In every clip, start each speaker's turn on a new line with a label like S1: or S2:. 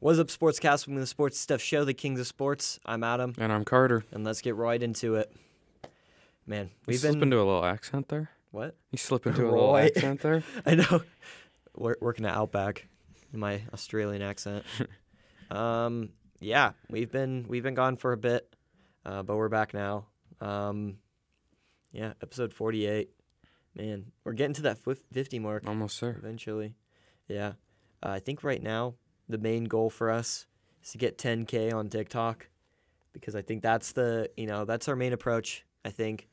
S1: What's up, Sportscast? We're the Sports Stuff Show, the Kings of Sports. I'm Adam,
S2: And I'm Carter.
S1: and let's get right into it. Man,
S2: You
S1: we've
S2: slip
S1: been
S2: into a little accent there.
S1: what?
S2: You slip into a little
S1: Roy.
S2: accent there.
S1: I know. We're working at Outback in my Australian accent. um, yeah, we've been we've been gone for a bit, uh, but we're back now. Um, yeah, episode forty-eight. Man, we're getting to that fif- fifty mark.
S2: Almost there.
S1: Eventually. Yeah. Uh, I think right now the main goal for us is to get 10K on TikTok because I think that's the, you know, that's our main approach. I think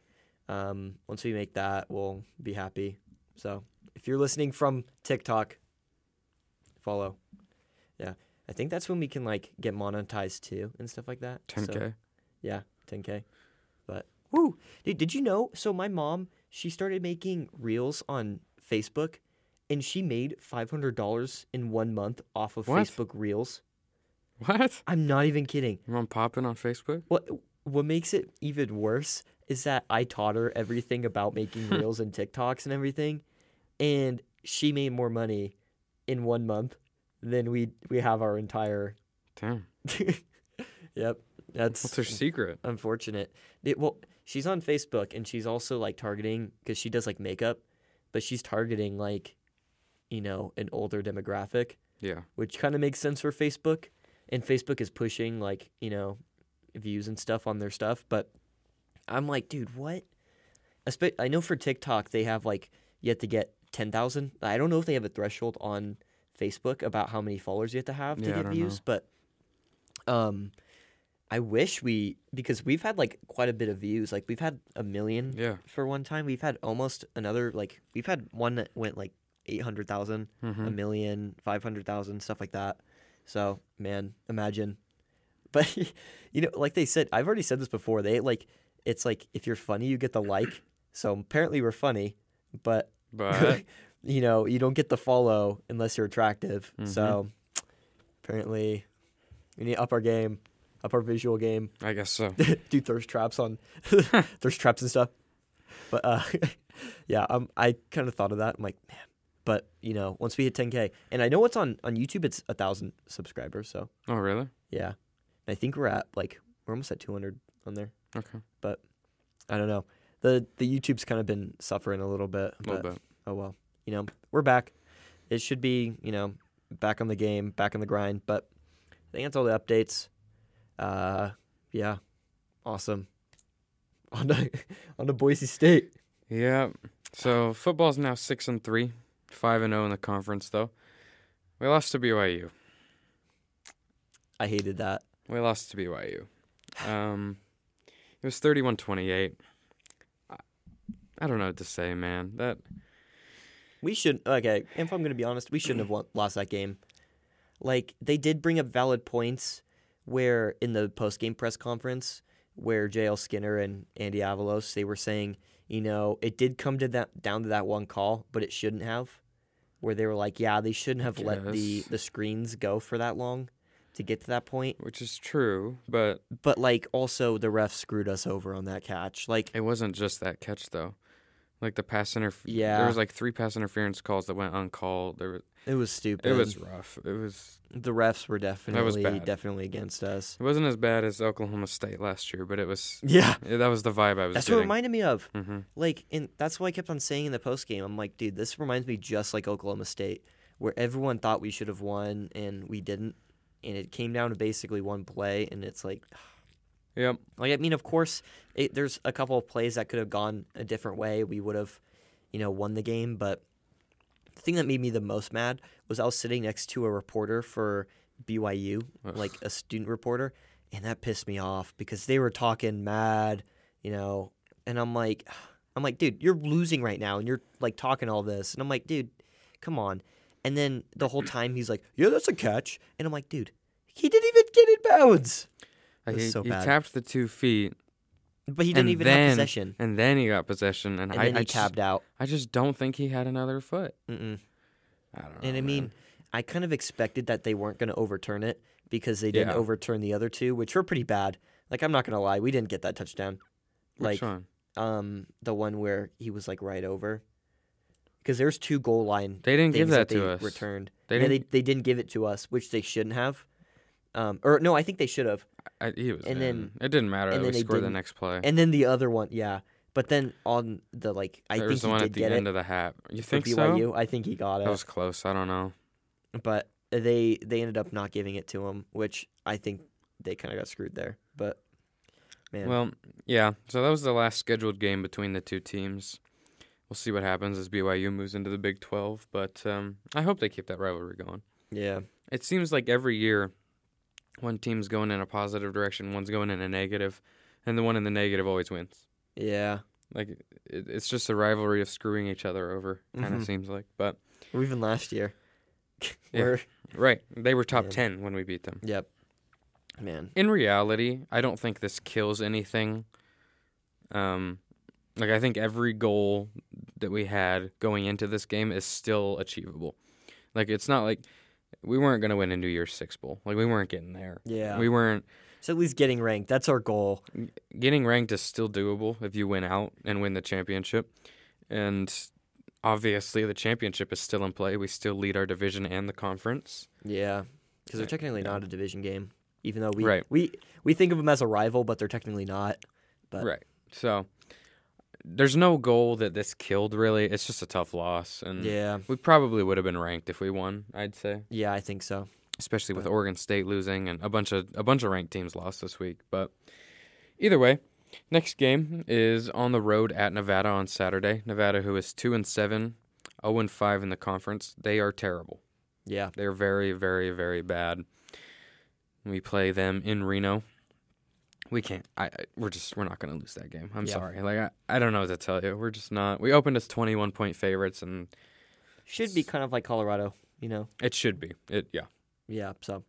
S1: um, once we make that, we'll be happy. So if you're listening from TikTok, follow. Yeah. I think that's when we can like get monetized too and stuff like that. So-
S2: 10K.
S1: yeah, 10k. But woo, dude, did you know? So my mom, she started making reels on Facebook, and she made five hundred dollars in one month off of
S2: What?
S1: Facebook reels.
S2: What?
S1: I'm not even kidding.
S2: Your mom popping on Facebook?
S1: What What makes it even worse is that I taught her everything about making reels and TikToks and everything, and she made more money in one month than we we have our entire.
S2: Damn.
S1: yep, that's
S2: What's her secret?
S1: unfortunate. It- well, she's on Facebook and she's also like targeting because she does like makeup, but she's targeting like, you know, an older demographic,
S2: Yeah.
S1: which kind of makes sense for Facebook. And Facebook is pushing like, you know, views and stuff on their stuff. But I'm like, dude, what? Espe- I know for TikTok, they have like yet to get 10,000. I don't know if they have a threshold on Facebook about how many followers you have to have
S2: Yeah, I
S1: to get
S2: don't
S1: views, but um, I wish we, because we've had like quite a bit of views. Like we've had a million
S2: Yeah.
S1: for one time. We've had almost another, like, we've had one that went like 800,000, a
S2: Mhm.
S1: million, 500,000, stuff like that. So, man, imagine. But, you know, like they said, I've already said this before. They like, it's like if you're funny, you get the like. So apparently we're funny, but,
S2: But
S1: you know, you don't get the follow unless you're attractive. So apparently we need to up our game, up our visual game
S2: I guess so.
S1: do thirst traps on thirst traps and stuff. But uh, yeah, um, I kind of thought of that. I'm like, man. But you know, once we hit 10k, and I know it's on on YouTube, it's a thousand subscribers. So
S2: Oh, really?
S1: yeah, and I think we're at like we're almost at 200 on there.
S2: Okay.
S1: I don't know. The the YouTube's kind of been suffering a little bit.
S2: A little
S1: but,
S2: bit.
S1: Oh well, you know, we're back. It should be you know back on the game, back on the grind. But I think that's all the updates. Uh, yeah, awesome. On to on to Boise State.
S2: Yeah. So football's now 6 and 3, 5 and 0 in the conference, though. We lost to BYU.
S1: I hated that.
S2: We lost to BYU. Um, it was 31 28. I don't know what to say, man. That
S1: We should okay. If I'm gonna be honest, we shouldn't have won, lost that game. Like they did bring up valid points where in the post game press conference where JL Skinner and Andy Avalos they were saying, you know, it did come to that down to that one call, but it shouldn't have. Where they were like, yeah, they shouldn't have let the
S2: Yes.
S1: the screens go for that long to get to that point.
S2: which is true, but
S1: But like also the ref screwed us over on that catch. Like
S2: It wasn't just that catch though. Like the pass interf
S1: Yeah.
S2: There was like three pass interference calls that went uncalled. There was,
S1: it was stupid.
S2: it was rough. It was
S1: the refs were definitely
S2: bad.
S1: definitely against us.
S2: it wasn't as bad as Oklahoma State last year, but it was
S1: Yeah.
S2: yeah, that was the vibe I was
S1: That's what it
S2: getting.
S1: reminded me of.
S2: hmm
S1: Like, and that's why I kept on saying in the post game, I'm like, dude, this reminds me just like Oklahoma State, where everyone thought we should have won and we didn't, and it came down to basically one play, and it's like,
S2: Yep.
S1: like I mean, of course, it, there's a couple of plays that could have gone a different way. We would have, you know, won the game. But the thing that made me the most mad was I was sitting next to a reporter for BYU, like a student reporter, and that pissed me off because they were talking mad, you know, and I'm like, I'm like, dude, you're losing right now, and you're like talking all this, and I'm like, dude, come on. And then the whole time he's like, yeah, that's a catch, and I'm like, dude, he didn't even get in bounds.
S2: Like,
S1: was
S2: he,
S1: so
S2: he
S1: bad.
S2: tapped the two feet,
S1: But he didn't
S2: and
S1: even
S2: then,
S1: have possession.
S2: and then he got possession, and,
S1: And
S2: I
S1: then
S2: I
S1: he
S2: just,
S1: tabbed out.
S2: I just don't think he had another foot.
S1: Mm-mm.
S2: I don't know.
S1: And I mean,
S2: Oh, man.
S1: I kind of expected that they weren't going to overturn it because they didn't
S2: Yeah.
S1: overturn the other two, which were pretty bad. Like I'm not going to lie, we didn't get that touchdown. Like
S2: Which one?
S1: um the one where he was like right over. Because there's two goal line
S2: They didn't
S1: things
S2: give that,
S1: that,
S2: to
S1: they
S2: us.
S1: returned.
S2: They
S1: yeah,
S2: didn't.
S1: they they didn't give it to us, which they shouldn't have. Um, or no, I think they should have.
S2: I, he was
S1: And
S2: in.
S1: then-
S2: it didn't matter.
S1: and
S2: that
S1: then
S2: we
S1: they
S2: scored the
S1: didn't.
S2: next play.
S1: And then the other one, yeah. But then on the like, I
S2: there
S1: think
S2: was the
S1: he
S2: one
S1: did
S2: at the
S1: get
S2: end
S1: it
S2: of the half. You
S1: for
S2: think so?
S1: BYU. I think he got it,
S2: That was close. I don't know.
S1: but they they ended up not giving it to him, which I think they kind of got screwed there. But man,
S2: Well, yeah. So that was the last scheduled game between the two teams. We'll see what happens as BYU moves into the Big 12, but um, I hope they keep that rivalry going.
S1: yeah,
S2: It seems like every year one team's going in a positive direction, one's going in a negative, and the one in the negative always wins.
S1: yeah.
S2: Like it, it's just a rivalry of screwing each other over, kind of
S1: Mhm.
S2: seems like. But
S1: Or even last year.
S2: Yeah.
S1: We're-
S2: right, they were top
S1: Yeah.
S2: 10 when we beat them.
S1: Yep. Man.
S2: in reality, I don't think this kills anything. Um, like I think every goal that we had going into this game is still achievable. Like it's not like we weren't gonna win a New Year's Six bowl. Like we weren't getting there.
S1: Yeah.
S2: We weren't
S1: so at least getting ranked. That's our goal.
S2: getting ranked is still doable if you win out and win the championship. And obviously, the championship is still in play. We still lead our division and the conference.
S1: Yeah. Because they're technically not a division game, even though we
S2: Right.
S1: we we think of them as a rival, but they're technically not. But
S2: Right. So there's no goal that this killed really. It's just a tough loss and
S1: yeah,
S2: we probably would have been ranked if we won, I'd say.
S1: yeah, I think so.
S2: Especially with Oregon State losing and a bunch of a bunch of ranked teams lost this week, but either way, next game is on the road at Nevada on Saturday. Nevada who is 2 and 7, 0 and 5 in the conference. They are terrible.
S1: Yeah,
S2: They're very, very, very bad. We play them in Reno. We can't. I, I- we're just we're not going to lose that game. I'm
S1: Yeah.
S2: sorry. Like I, I don't know what to tell you. We're just not. We opened as 21 point favorites, and
S1: should be kind of like Colorado, you know.
S2: it should be. It yeah.
S1: Yeah. So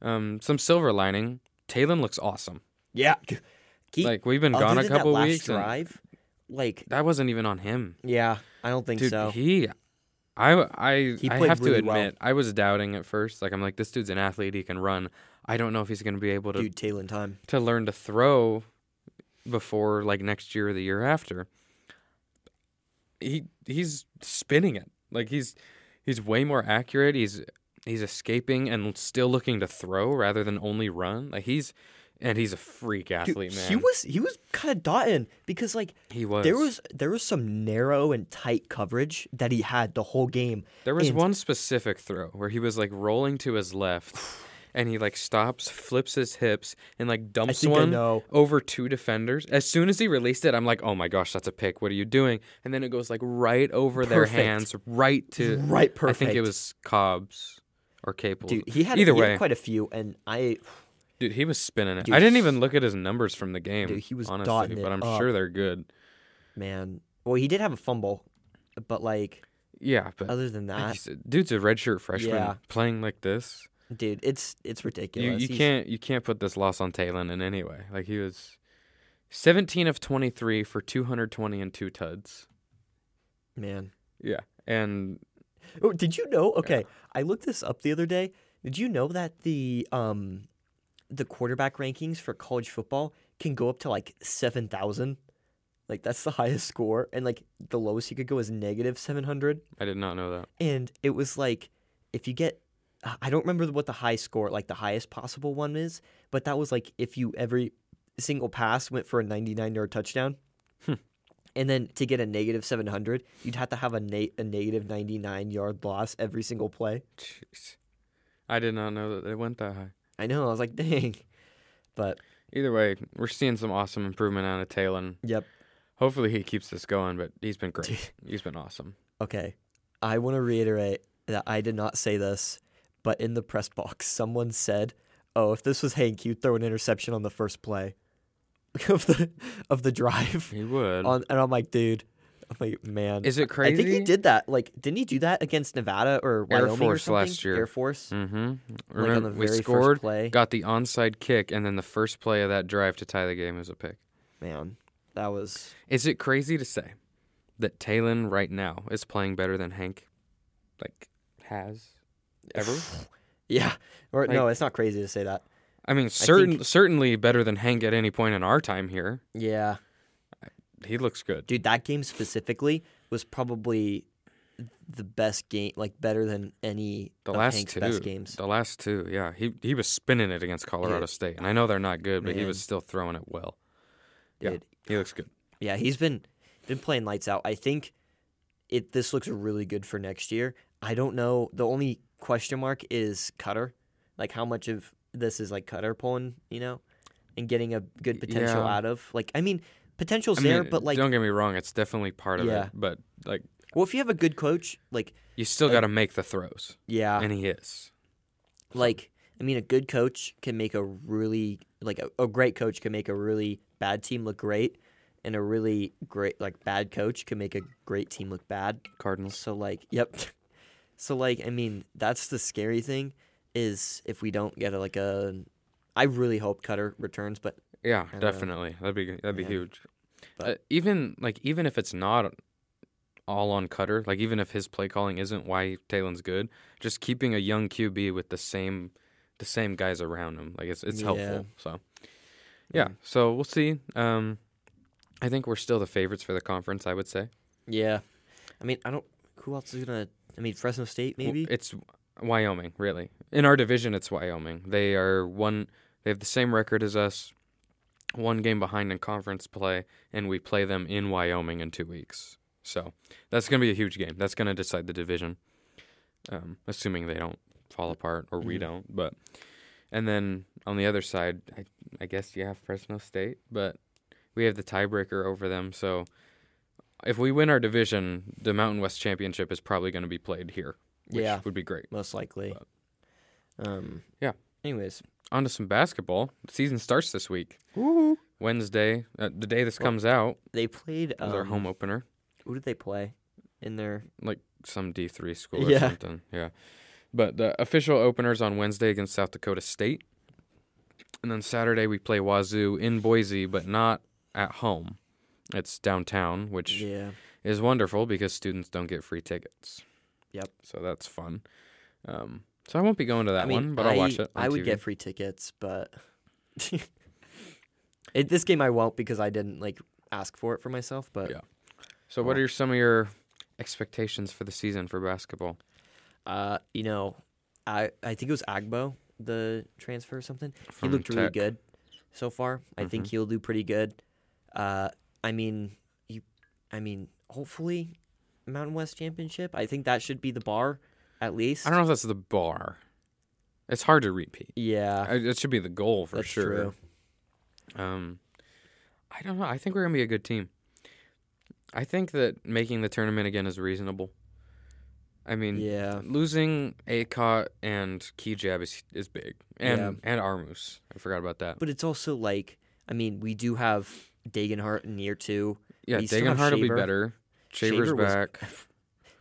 S2: Um, some silver lining. Taylon looks awesome.
S1: yeah, He-
S2: like we've been
S1: other
S2: gone a
S1: than
S2: couple
S1: that last
S2: weeks. and
S1: drive, like
S2: that wasn't even on him,
S1: yeah, I don't think
S2: dude.
S1: so.
S2: He. I I
S1: He
S2: I
S1: played
S2: have to
S1: really
S2: admit
S1: well.
S2: I was doubting at first. Like I'm like this dude's an athlete. He can run. I don't know if he's going to be able to
S1: Dude, Taylor time.
S2: to learn to throw before like next year or the year after. He he's spinning it. Like he's he's way more accurate. He's he's escaping and still looking to throw rather than only run. Like he's and he's a freak
S1: Dude,
S2: athlete, man.
S1: he was he was kind of dotting because like
S2: He was.
S1: there was there was some narrow and tight coverage that he had the whole game.
S2: There was
S1: and-
S2: one specific throw where he was like rolling to his left and he like stops, flips his hips, and like dumps
S1: think I
S2: one
S1: know.
S2: over two defenders. As soon as he released it, I'm like, oh my gosh, that's a pick. What are you doing? And then it goes like right over their
S1: Perfect.
S2: hands, right to.
S1: Right,
S2: I think it
S1: perfect.
S2: was Cobb's or Capel.
S1: Dude, he had
S2: Either
S1: he had
S2: way.
S1: quite a few, and I
S2: Dude, he was spinning it.
S1: Dude,
S2: I didn't
S1: he-
S2: even look at his numbers from the game.
S1: Dude, he was
S2: honestly,
S1: dotting it
S2: but I'm
S1: up.
S2: sure they're good.
S1: man, well, he did have a fumble, but like
S2: Yeah, but
S1: other than
S2: like you
S1: that,
S2: said, dude's a redshirt freshman
S1: Yeah.
S2: playing like this.
S1: dude, it's it's
S2: you,
S1: ridiculous.
S2: you
S1: He's-
S2: can't you can't put this loss on Talon in any way. Like he was 17 of 23 for 220 and two tuds.
S1: man.
S2: Yeah, and
S1: Oh, did you know? Okay, I looked this up the other day. Did you know that the um the quarterback rankings for college football can go up to like seven thousand? Like that's the highest score, and like the lowest you could go is negative seven hundred.
S2: I did not know that.
S1: and it was like if you get I I don't remember what the high score like the highest possible one is, but that was like if you every single pass went for a 99 yard touchdown. And then to get a negative 700, you'd have to have a, na- a negative 99 yard loss every single play.
S2: Jeez, I did not know that it went that high.
S1: I know. I was like, dang. But
S2: Either way, we're seeing some awesome improvement out of Talon.
S1: yep.
S2: Hopefully he keeps this going, but he's been great. he's been awesome.
S1: Okay. I want to reiterate that I did not say this, but in the press box, someone said, "Oh, if this was Hank, you'd throw an interception on the first play of the of the drive."
S2: He would.
S1: On, and I'm like, dude, I'm like, man,
S2: Is it crazy?
S1: I think he did that. Like, didn't he do that against Nevada or
S2: Air
S1: Wyoming or
S2: Force last
S1: something?
S2: year.
S1: Air Force.
S2: Mm-hmm.
S1: on
S2: Remember,
S1: the
S2: we
S1: very first
S2: scored,
S1: play.
S2: got the onside kick, and then the first play of that drive to tie the game was a pick.
S1: Man, that was
S2: Is it crazy to say that Talon right now is playing better than Hank? Like, has ever?
S1: yeah. Or no, it's not crazy to say that.
S2: I mean, certain certainly better than Hank at any point in our time here.
S1: Yeah,
S2: He looks good.
S1: dude, that game specifically was probably the best game, like better than any
S2: The
S1: of
S2: last
S1: Hank's
S2: two,
S1: best games.
S2: the last two, yeah, he he was spinning it against Colorado State, and I know they're not good, but he was
S1: Man.
S2: still throwing it well. Yeah,
S1: Dude.
S2: he looks good.
S1: Yeah, he's been been playing lights out. I think it this looks really good for next year. I don't know. The only question mark is Cutter. Like how much of this is like Cutter pulling, you know, and getting a good potential
S2: Yeah.
S1: out of. Like I mean, potential's
S2: I
S1: there,
S2: mean,
S1: but like,
S2: don't get me wrong, it's definitely part of
S1: Yeah.
S2: it, but like
S1: well, if you have a good coach, like Ah.
S2: you still got to make the throws,
S1: yeah,
S2: and he is.
S1: like I mean, a good coach can make a really like a, a great coach can make a really bad team look great, and a really great like bad coach can make a great team look bad.
S2: Cardinals.
S1: So like, yep. So like, I mean, that's the scary thing is if we don't get a, like a. I really hope Cutter returns, but
S2: Yeah,
S1: know.
S2: definitely. That'd be that'd be
S1: uh, Yeah.
S2: huge.
S1: But-
S2: Uh, even like even if it's not all on Cutter, like even if his play calling isn't why Talon's good, just keeping a young QB with the same the same guys around him, like it's it's
S1: Yeah. Mm.
S2: helpful. So yeah, so we'll see. Um, I think we're still the favorites for the conference. I would say
S1: yeah. I mean, I don't. Who else is gonna? I mean, Fresno State
S2: W-
S1: maybe.
S2: it's Wyoming. Really, in our division, it's Wyoming. They are one. They have the same record as us. One game behind in conference play, and we play them in Wyoming in two weeks. So that's going to be a huge game. That's going to decide the division, um, assuming they don't fall apart or we
S1: Mhm.
S2: don't. But and then on the other side, I, I guess you have Fresno State, but we have the tiebreaker over them. So if we win our division, the Mountain West Championship is probably going to be played here, which
S1: Yeah.
S2: would be great.
S1: most likely. Um.
S2: Yeah.
S1: Anyways.
S2: On to some basketball. The season starts this week, Wednesday, uh, the day this
S1: Well,
S2: comes out.
S1: They played.
S2: is
S1: Um,
S2: our home opener,
S1: Who did they play? In their
S2: like some D three school or
S1: Yeah.
S2: something. Yeah, but the official opener's on Wednesday against South Dakota State, and then Saturday we play Wazoo in Boise, but not at home. It's downtown, which
S1: yeah.
S2: is wonderful because students don't get free tickets.
S1: Yep.
S2: So that's fun. Um, so I won't be going to that
S1: I mean,
S2: one, but I'll
S1: I,
S2: watch it. On
S1: I would
S2: TV.
S1: get free tickets, but it, this game I won't because I didn't like ask for it for myself. But
S2: Yeah. So what are your, some of your expectations for the season for basketball?
S1: Uh, you know, I I think it was Agbo, the transfer or something.
S2: From
S1: he looked really
S2: Tech? Mm-hmm.
S1: good so far. I think he'll do pretty good. Uh, I mean, you, I mean, hopefully, Mountain West Championship. I think that should be the bar, at least.
S2: I don't know if that's the bar. It's hard to repeat.
S1: Yeah,
S2: I- It should be the goal for
S1: that's
S2: sure.
S1: true.
S2: Um, I don't know. I think we're gonna be a good team. I think that making the tournament again is reasonable. I mean,
S1: Yeah.
S2: losing Acot and Keyjab is is big, and
S1: Yeah.
S2: and Armus. I forgot about that.
S1: But it's also like, I mean, we do have Dagenhart in year two.
S2: yeah,
S1: we still have
S2: Dagon Hart will be
S1: Shaver.
S2: better. Shaver's
S1: Shaver was-
S2: back.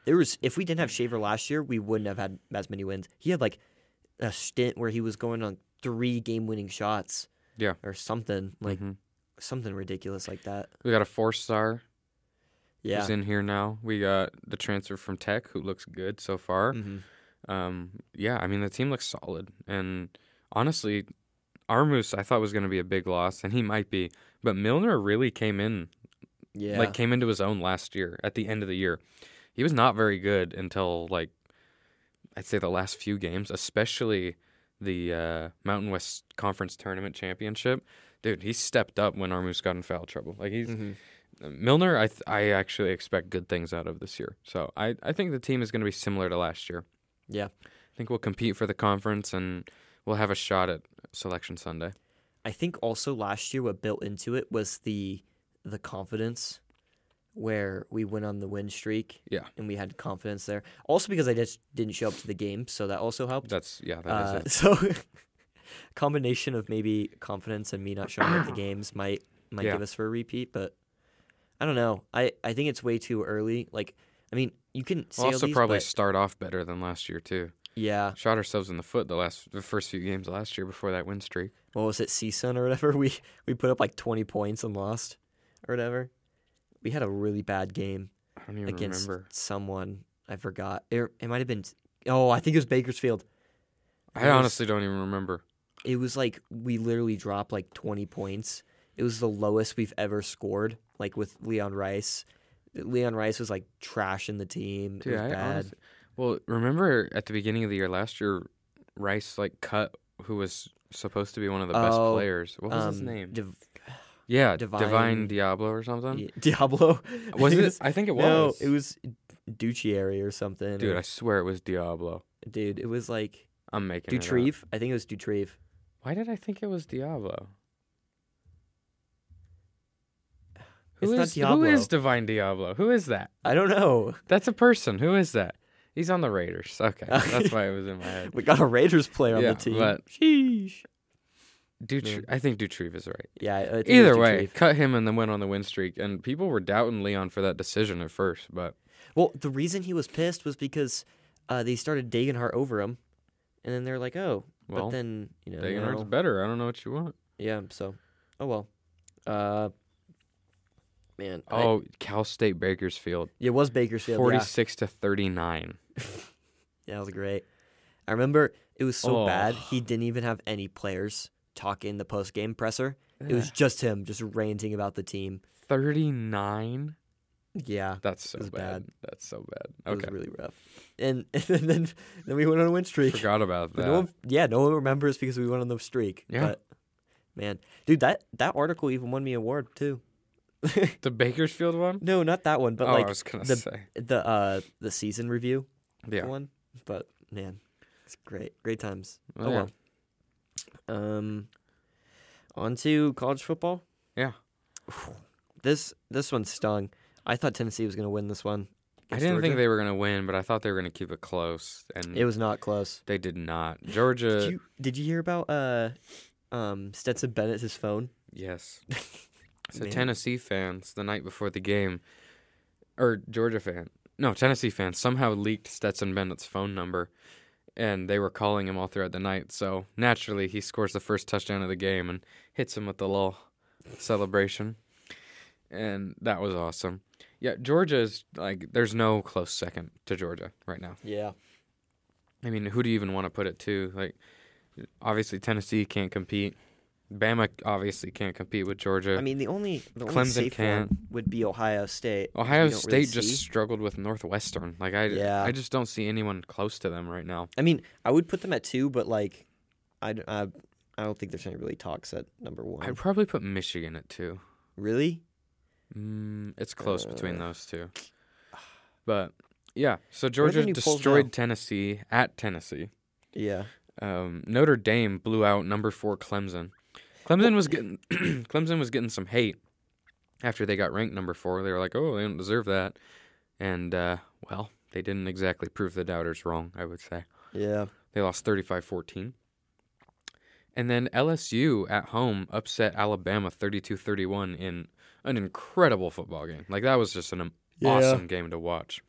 S1: There was if we didn't have Shaver last year, we wouldn't have had as many wins. He had like a stint where he was going on three game winning shots.
S2: Yeah.
S1: Or something like
S2: Mhm.
S1: something ridiculous like that.
S2: we got a four star
S1: Yeah.
S2: who's in here now. We got the transfer from Tech who looks good so far.
S1: hmm
S2: Um, yeah, I mean the team looks solid, and honestly, Armus I thought was going to be a big loss, and he might be, but Milner really came in
S1: Yeah.
S2: like came into his own last year at the end of the year. He was not very good until like I'd say the last few games, especially the uh, Mountain West Conference Tournament Championship. Dude, he stepped up when Armus got in foul trouble. Like he's
S1: Mhm.
S2: Milner, I th- I actually expect good things out of this year. So I, I think the team is going to be similar to last year.
S1: Yeah.
S2: I think we'll compete for the conference and we'll have a shot at Selection Sunday.
S1: I think also last year what built into it was the the confidence where we went on the win streak.
S2: Yeah.
S1: And we had confidence there. Also because I just didn't show up to the game, so that also helped.
S2: That's yeah, that is
S1: Uh,
S2: it.
S1: so combination of maybe confidence and me not showing up to games might might
S2: Yeah.
S1: give us for a repeat, but I don't know. I, I think it's way too early. Like I mean, you can say
S2: We'll
S1: all
S2: also
S1: these,
S2: probably
S1: but
S2: start off better than last year too.
S1: yeah.
S2: Shot ourselves in the foot the last the first few games last year before that win streak.
S1: What was it, CSUN or whatever? We we put up like twenty points and lost or whatever. We had a really bad game
S2: I don't even
S1: against
S2: remember.
S1: someone. I forgot. It, it might have been oh, I think it was Bakersfield.
S2: I honestly don't even remember.
S1: It was like we literally dropped like 20 points. It was the lowest we've ever scored, like with Leon Rice. Leon Rice was like trashing the team.
S2: Dude,
S1: it was
S2: I
S1: bad.
S2: honest- well, remember at the beginning of the year last year, Rice like cut who was supposed to be one of the best
S1: Oh,
S2: players. What was his
S1: Um,
S2: name?
S1: Div-
S2: yeah,
S1: Divine-
S2: Divine, Diablo or something.
S1: Diablo.
S2: Was it? I think it was.
S1: No, it was Ducciari or something.
S2: Dude,
S1: or-
S2: I swear it was Diablo.
S1: dude, it was like
S2: I'm making it up.
S1: Dutrieve. I think it was Dutrieve.
S2: Why did I think it was Diablo?
S1: It's
S2: Who
S1: not
S2: is who
S1: Diablo.
S2: is Divine Diablo? Who is that?
S1: I don't know.
S2: That's a person. Who is that? He's on the Raiders. Okay,
S1: Okay.
S2: that's why it was in my head.
S1: We got a Raiders player on
S2: Yeah,
S1: the team.
S2: but-
S1: Sheesh.
S2: Dutri- I think Dutrieve is right.
S1: Yeah. I- I think it
S2: Either
S1: was
S2: way,
S1: Dutrieve.
S2: cut him and then went on the win streak. And people were doubting Leon for that decision at first, but
S1: Well, the reason he was pissed was because uh, they started Dagenhart over him, and then they're like, "Oh,
S2: Well,
S1: but then you know,
S2: Dagenhart's
S1: no.
S2: better. I don't know what you want.
S1: yeah." So, oh well. Uh, man. I-
S2: Oh, Cal State Bakersfield,
S1: it was Bakersfield. yeah.
S2: forty-six to thirty-nine.
S1: Yeah, that was great. I remember it was so
S2: Oh.
S1: bad he didn't even have any players talking in the post game presser. It was just him just ranting about the team.
S2: Thirty-nine.
S1: Yeah.
S2: That's so
S1: was
S2: bad.
S1: bad.
S2: That's so
S1: It
S2: bad. Okay,
S1: was really rough. And, and then then we went on a win streak.
S2: forgot about
S1: But
S2: that.
S1: No one, yeah, no one remembers because we went on the streak.
S2: Yeah.
S1: But man, dude, that that article even won me an award too.
S2: the Bakersfield one.
S1: No, not that one, but
S2: oh,
S1: like
S2: I was gonna
S1: the-
S2: say.
S1: the uh the season review
S2: Yeah.
S1: one. But man, it's great. Great times.
S2: Well,
S1: oh
S2: yeah.
S1: well. Um on to college football.
S2: Yeah.
S1: This this one stung. I thought Tennessee was gonna win this one.
S2: I
S1: against
S2: didn't think
S1: Georgia.
S2: they were gonna win, but I thought they were gonna keep it close, and
S1: it was not close.
S2: they did not.
S1: Did
S2: Georgia,
S1: you did you hear about uh um Stetson Bennett's his phone?
S2: yes. So
S1: Man.
S2: Tennessee fans, the night before the game, or Georgia fan, no Tennessee fans, somehow leaked Stetson Bennett's phone number, and they were calling him all throughout the night. So naturally, he scores the first touchdown of the game and hits him with the little celebration, and that was awesome. Yeah, Georgia is like there's no close second to Georgia right now.
S1: Yeah.
S2: I mean, who do you even want to put it to? Like, obviously Tennessee can't compete. Bama obviously can't compete with Georgia.
S1: I mean the only the only
S2: Clemson
S1: safe one
S2: can't.
S1: would be Ohio State. which we
S2: Ohio
S1: don't
S2: State
S1: really
S2: just
S1: see.
S2: struggled with Northwestern. Like I,
S1: Yeah.
S2: I just don't see anyone close to them right now.
S1: I mean, I would put them at two, but like, I, d- I, I don't think there's any really talks at number one.
S2: I'd probably put Michigan at two.
S1: Really?
S2: Mm, it's close between
S1: Uh.
S2: those two. But yeah, so
S1: are the
S2: Georgia
S1: new polls now?
S2: destroyed Tennessee at Tennessee.
S1: Yeah.
S2: Um, Notre Dame blew out number four Clemson. Clemson was getting Clemson was getting some hate after they got ranked number four. They were like, "Oh, they don't deserve that," and uh, well, they didn't exactly prove the doubters wrong. I would say.
S1: Yeah.
S2: They lost 35 14. And then LSU at home upset Alabama 32 31 in an incredible football game. Like, that was just an am-
S1: Yeah.
S2: awesome game to watch.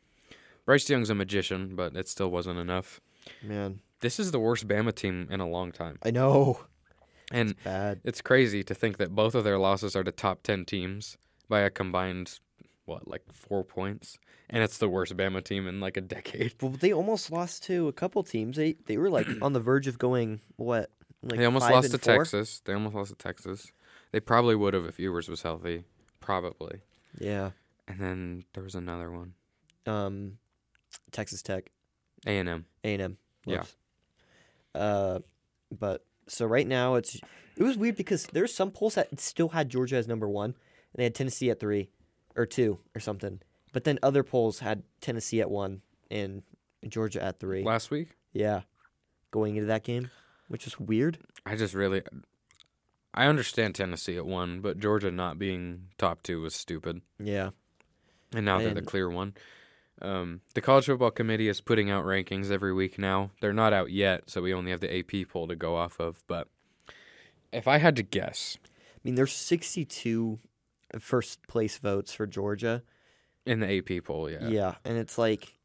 S2: Bryce Young's a magician, but it still wasn't enough.
S1: Man,
S2: This is the worst Bama team in a long time.
S1: I know.
S2: And
S1: Bad.
S2: it's crazy to think that both of their losses are to top 10 teams by a combined, what, like four points? And it's the worst Bama team in like a decade.
S1: Well, they almost lost to a couple teams. They they were like on the verge of going what? Like
S2: they almost
S1: five
S2: lost to
S1: and four?
S2: Texas. They almost lost to Texas. They probably would have if Ewers was healthy. Probably.
S1: Yeah.
S2: And then there was another one.
S1: Um, Texas Tech,
S2: A and M.
S1: A and M.
S2: Yeah.
S1: Uh, but so right now it's it was weird because there's some polls that still had Georgia as number one, and they had Tennessee at three, or two, or something. But then other polls had Tennessee at one and Georgia at three.
S2: Last week,
S1: Yeah, going into that game, which is weird.
S2: I just really I understand Tennessee at one, but Georgia not being top two was stupid.
S1: Yeah,
S2: And now they're the
S1: And-
S2: clear one. Um, the college football committee is putting out rankings every week now. They're not out yet, so we only have the AP poll to go off of. But if I had to guess,
S1: I mean there's 62 first place votes for Georgia.
S2: in the AP poll, yeah,
S1: Yeah, and it's like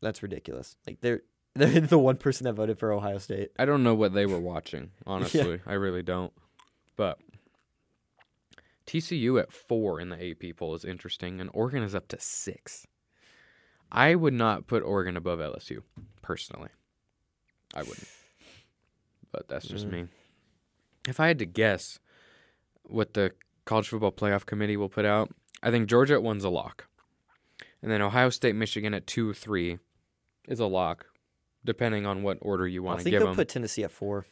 S1: that's ridiculous. Like they're they're the one person that voted for Ohio State.
S2: I don't know what they were watching, honestly. I really don't. But TCU at four in the AP poll is interesting, and Oregon is up to six. I would not put Oregon above LSU, personally. I wouldn't. But that's just
S1: Mm.
S2: me. If I had to guess what the college football playoff committee will put out, I think Georgia at one's a lock. and then Ohio State, Michigan at two, three, is a lock, depending on what order you
S1: I
S2: want to
S1: think
S2: give
S1: they'll
S2: them.
S1: put Tennessee at four.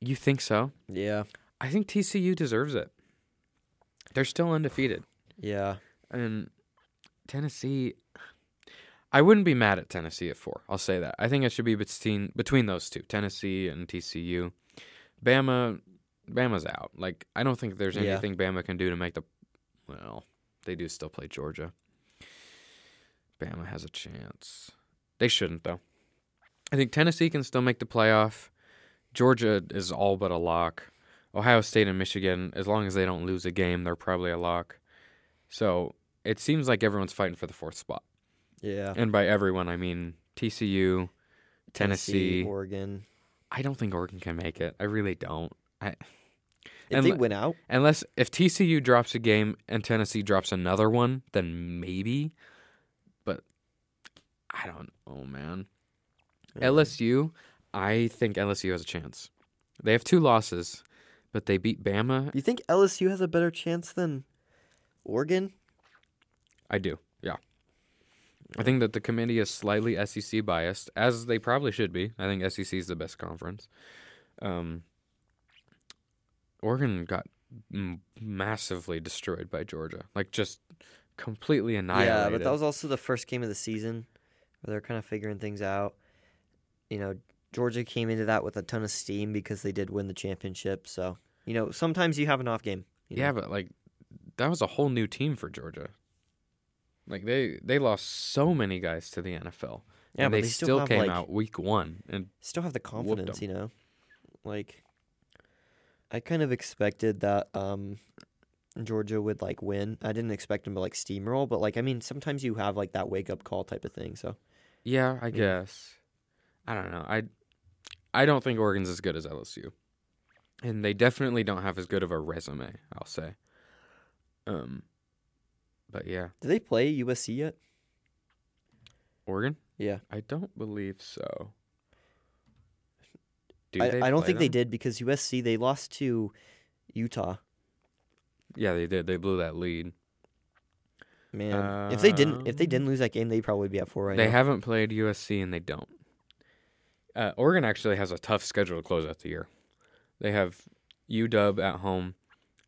S2: you think so?
S1: Yeah,
S2: I think TCU deserves it. They're still undefeated,
S1: yeah.
S2: and Tennessee. I wouldn't be mad at Tennessee at four. I'll say that. I think it should be between between those two, Tennessee and TCU. Bama, Bama's out. Like I don't think there's
S1: Yeah.
S2: anything Bama can do to make the. Well, they do still play Georgia. Bama has a chance. They shouldn't though. I think Tennessee can still make the playoff. Georgia is all but a lock. Ohio State and Michigan, as long as they don't lose a game, they're probably a lock. So it seems like everyone's fighting for the fourth spot.
S1: Yeah.
S2: And by everyone, I mean TCU, Tennessee.
S1: Oregon.
S2: I don't think Oregon can make it. I really don't. I,
S1: If
S2: And
S1: they
S2: le-
S1: win out,
S2: unless if TCU drops a game and Tennessee drops another one, then maybe. But I don't. Oh man, LSU. I think LSU has a chance. They have two losses, but they beat Bama.
S1: you think LSU has a better chance than Oregon?
S2: I do. Yeah. I think that the committee is slightly SEC biased, as they probably should be. I think SEC is the best conference. Um, Oregon got m- massively destroyed by Georgia, like just completely annihilated.
S1: Yeah, but that was also the first game of the season where they're kind of figuring things out. You know, Georgia came into that with a ton of steam because they did win the championship. So, you know, sometimes you have an off game. you
S2: yeah,
S1: know?
S2: but like that was a whole new team for Georgia. Like they they lost so many guys to the NFL.
S1: yeah,
S2: and
S1: but
S2: they,
S1: they
S2: still,
S1: have,
S2: came
S1: like,
S2: out week one and
S1: Still have the confidence,
S2: 'em.
S1: you know. Like, I kind of expected that um, Georgia would like win. I didn't expect them to like steamroll, but like, I mean, sometimes you have like that wake up call type of thing. So,
S2: Yeah, I guess. I don't know. I I don't think Oregon's as good as LSU. And they definitely don't have as good of a resume, I'll say. Um but yeah,
S1: did they play USC yet?
S2: Oregon?
S1: Yeah,
S2: I don't believe so. Do
S1: I,
S2: they
S1: I don't
S2: play
S1: think they
S2: them?
S1: did because USC they lost to Utah.
S2: Yeah, they did. They blew that lead.
S1: Man, if they didn't, if they
S2: Um,
S1: didn't lose that game, they'd probably be at four right
S2: they
S1: now.
S2: haven't played USC and they don't. Uh, Oregon actually has a tough schedule to close out the year. They have UW at home,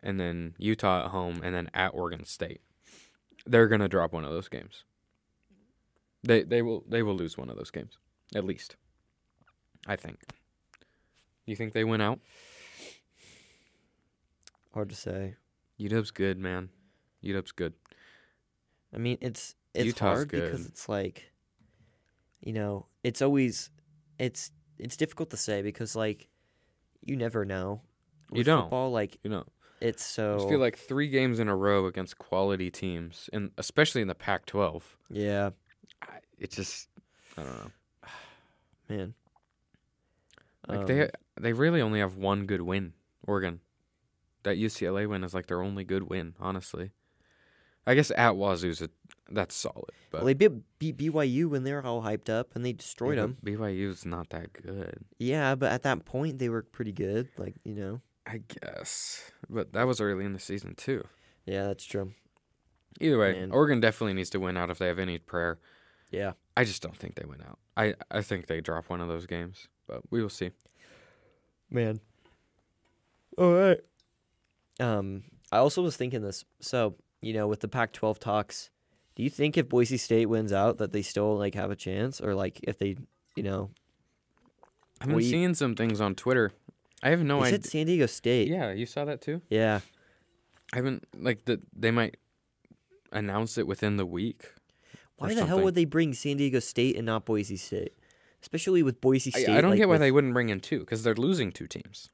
S2: and then Utah at home, and then at Oregon State. They're gonna drop one of those games. They they will they will lose one of those games at least. I think. You think they win out?
S1: Hard to say.
S2: UW's good, man. UW's good.
S1: I mean, it's it's
S2: Utah's
S1: hard because
S2: good.
S1: it's like, you know, it's always, it's it's difficult to say because like, you never know.
S2: You
S1: With
S2: don't.
S1: Football, like
S2: You know,
S1: it's so.
S2: I just feel like three games in a row against quality teams, and especially in the Pac-12.
S1: yeah,
S2: I- It just I don't know.
S1: man.
S2: Like
S1: Um,
S2: they they really only have one good win, Oregon. That UCLA win is like their only good win, honestly. I guess at Wazoo's a, that's solid, but
S1: well, they beat, beat BYU when they were all hyped up and they destroyed
S2: yeah,
S1: them.
S2: but BYU's not that good,
S1: Yeah, but at that point they were pretty good. Like you know.
S2: I guess. But that was early in the season too.
S1: Yeah, that's true.
S2: Either way,
S1: Man.
S2: Oregon definitely needs to win out if they have any prayer.
S1: Yeah.
S2: I just don't think they win out. I I think they drop one of those games, but we will see.
S1: man. All right. Um, I also was thinking this. So you know, with the Pac-12 talks, do you think if Boise State wins out, that they still like have a chance, or like if they, you know,
S2: I've been
S1: We-
S2: seeing some things on Twitter. Oh, I have no
S1: they
S2: idea.
S1: said San Diego State.
S2: Yeah, you saw that too.
S1: Yeah.
S2: I haven't like the, they might announce it within the week.
S1: Why the hell would they bring San Diego State and not Boise State? Especially with Boise State.
S2: I, I don't
S1: like,
S2: get why
S1: with-
S2: they wouldn't bring in two because they're losing two teams.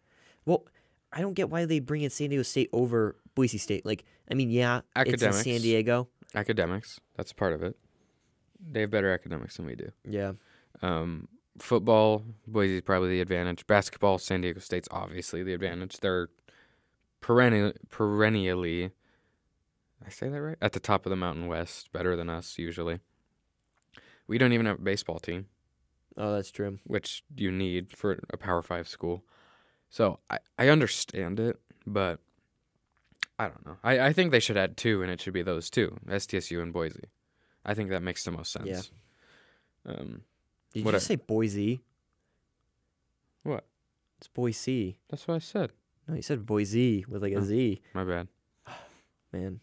S1: Well, I don't get why they bring in San Diego State over Boise State. Like, I mean, yeah, it's in San
S2: Academics.
S1: Diego.
S2: Academics, that's part of it. They have better academics than we do.
S1: Yeah.
S2: Um, football, Boise's probably the advantage. Basketball, San Diego State's obviously the advantage. They're perennial, perennially, I say that right? At the top of the Mountain West, better than us usually. We don't even have a baseball team.
S1: Oh, that's true.
S2: which you need for a Power Five school. So I, I understand it, but I don't know. I, I think they should add two, and it should be those two, STSU and Boise. I think that makes the most
S1: Yeah.
S2: sense. Um,
S1: Did you
S2: Whatever.
S1: just say Boise?
S2: What?
S1: It's Boise.
S2: that's what I said.
S1: No, you said Boise with like a
S2: Oh.
S1: Z.
S2: My bad.
S1: man.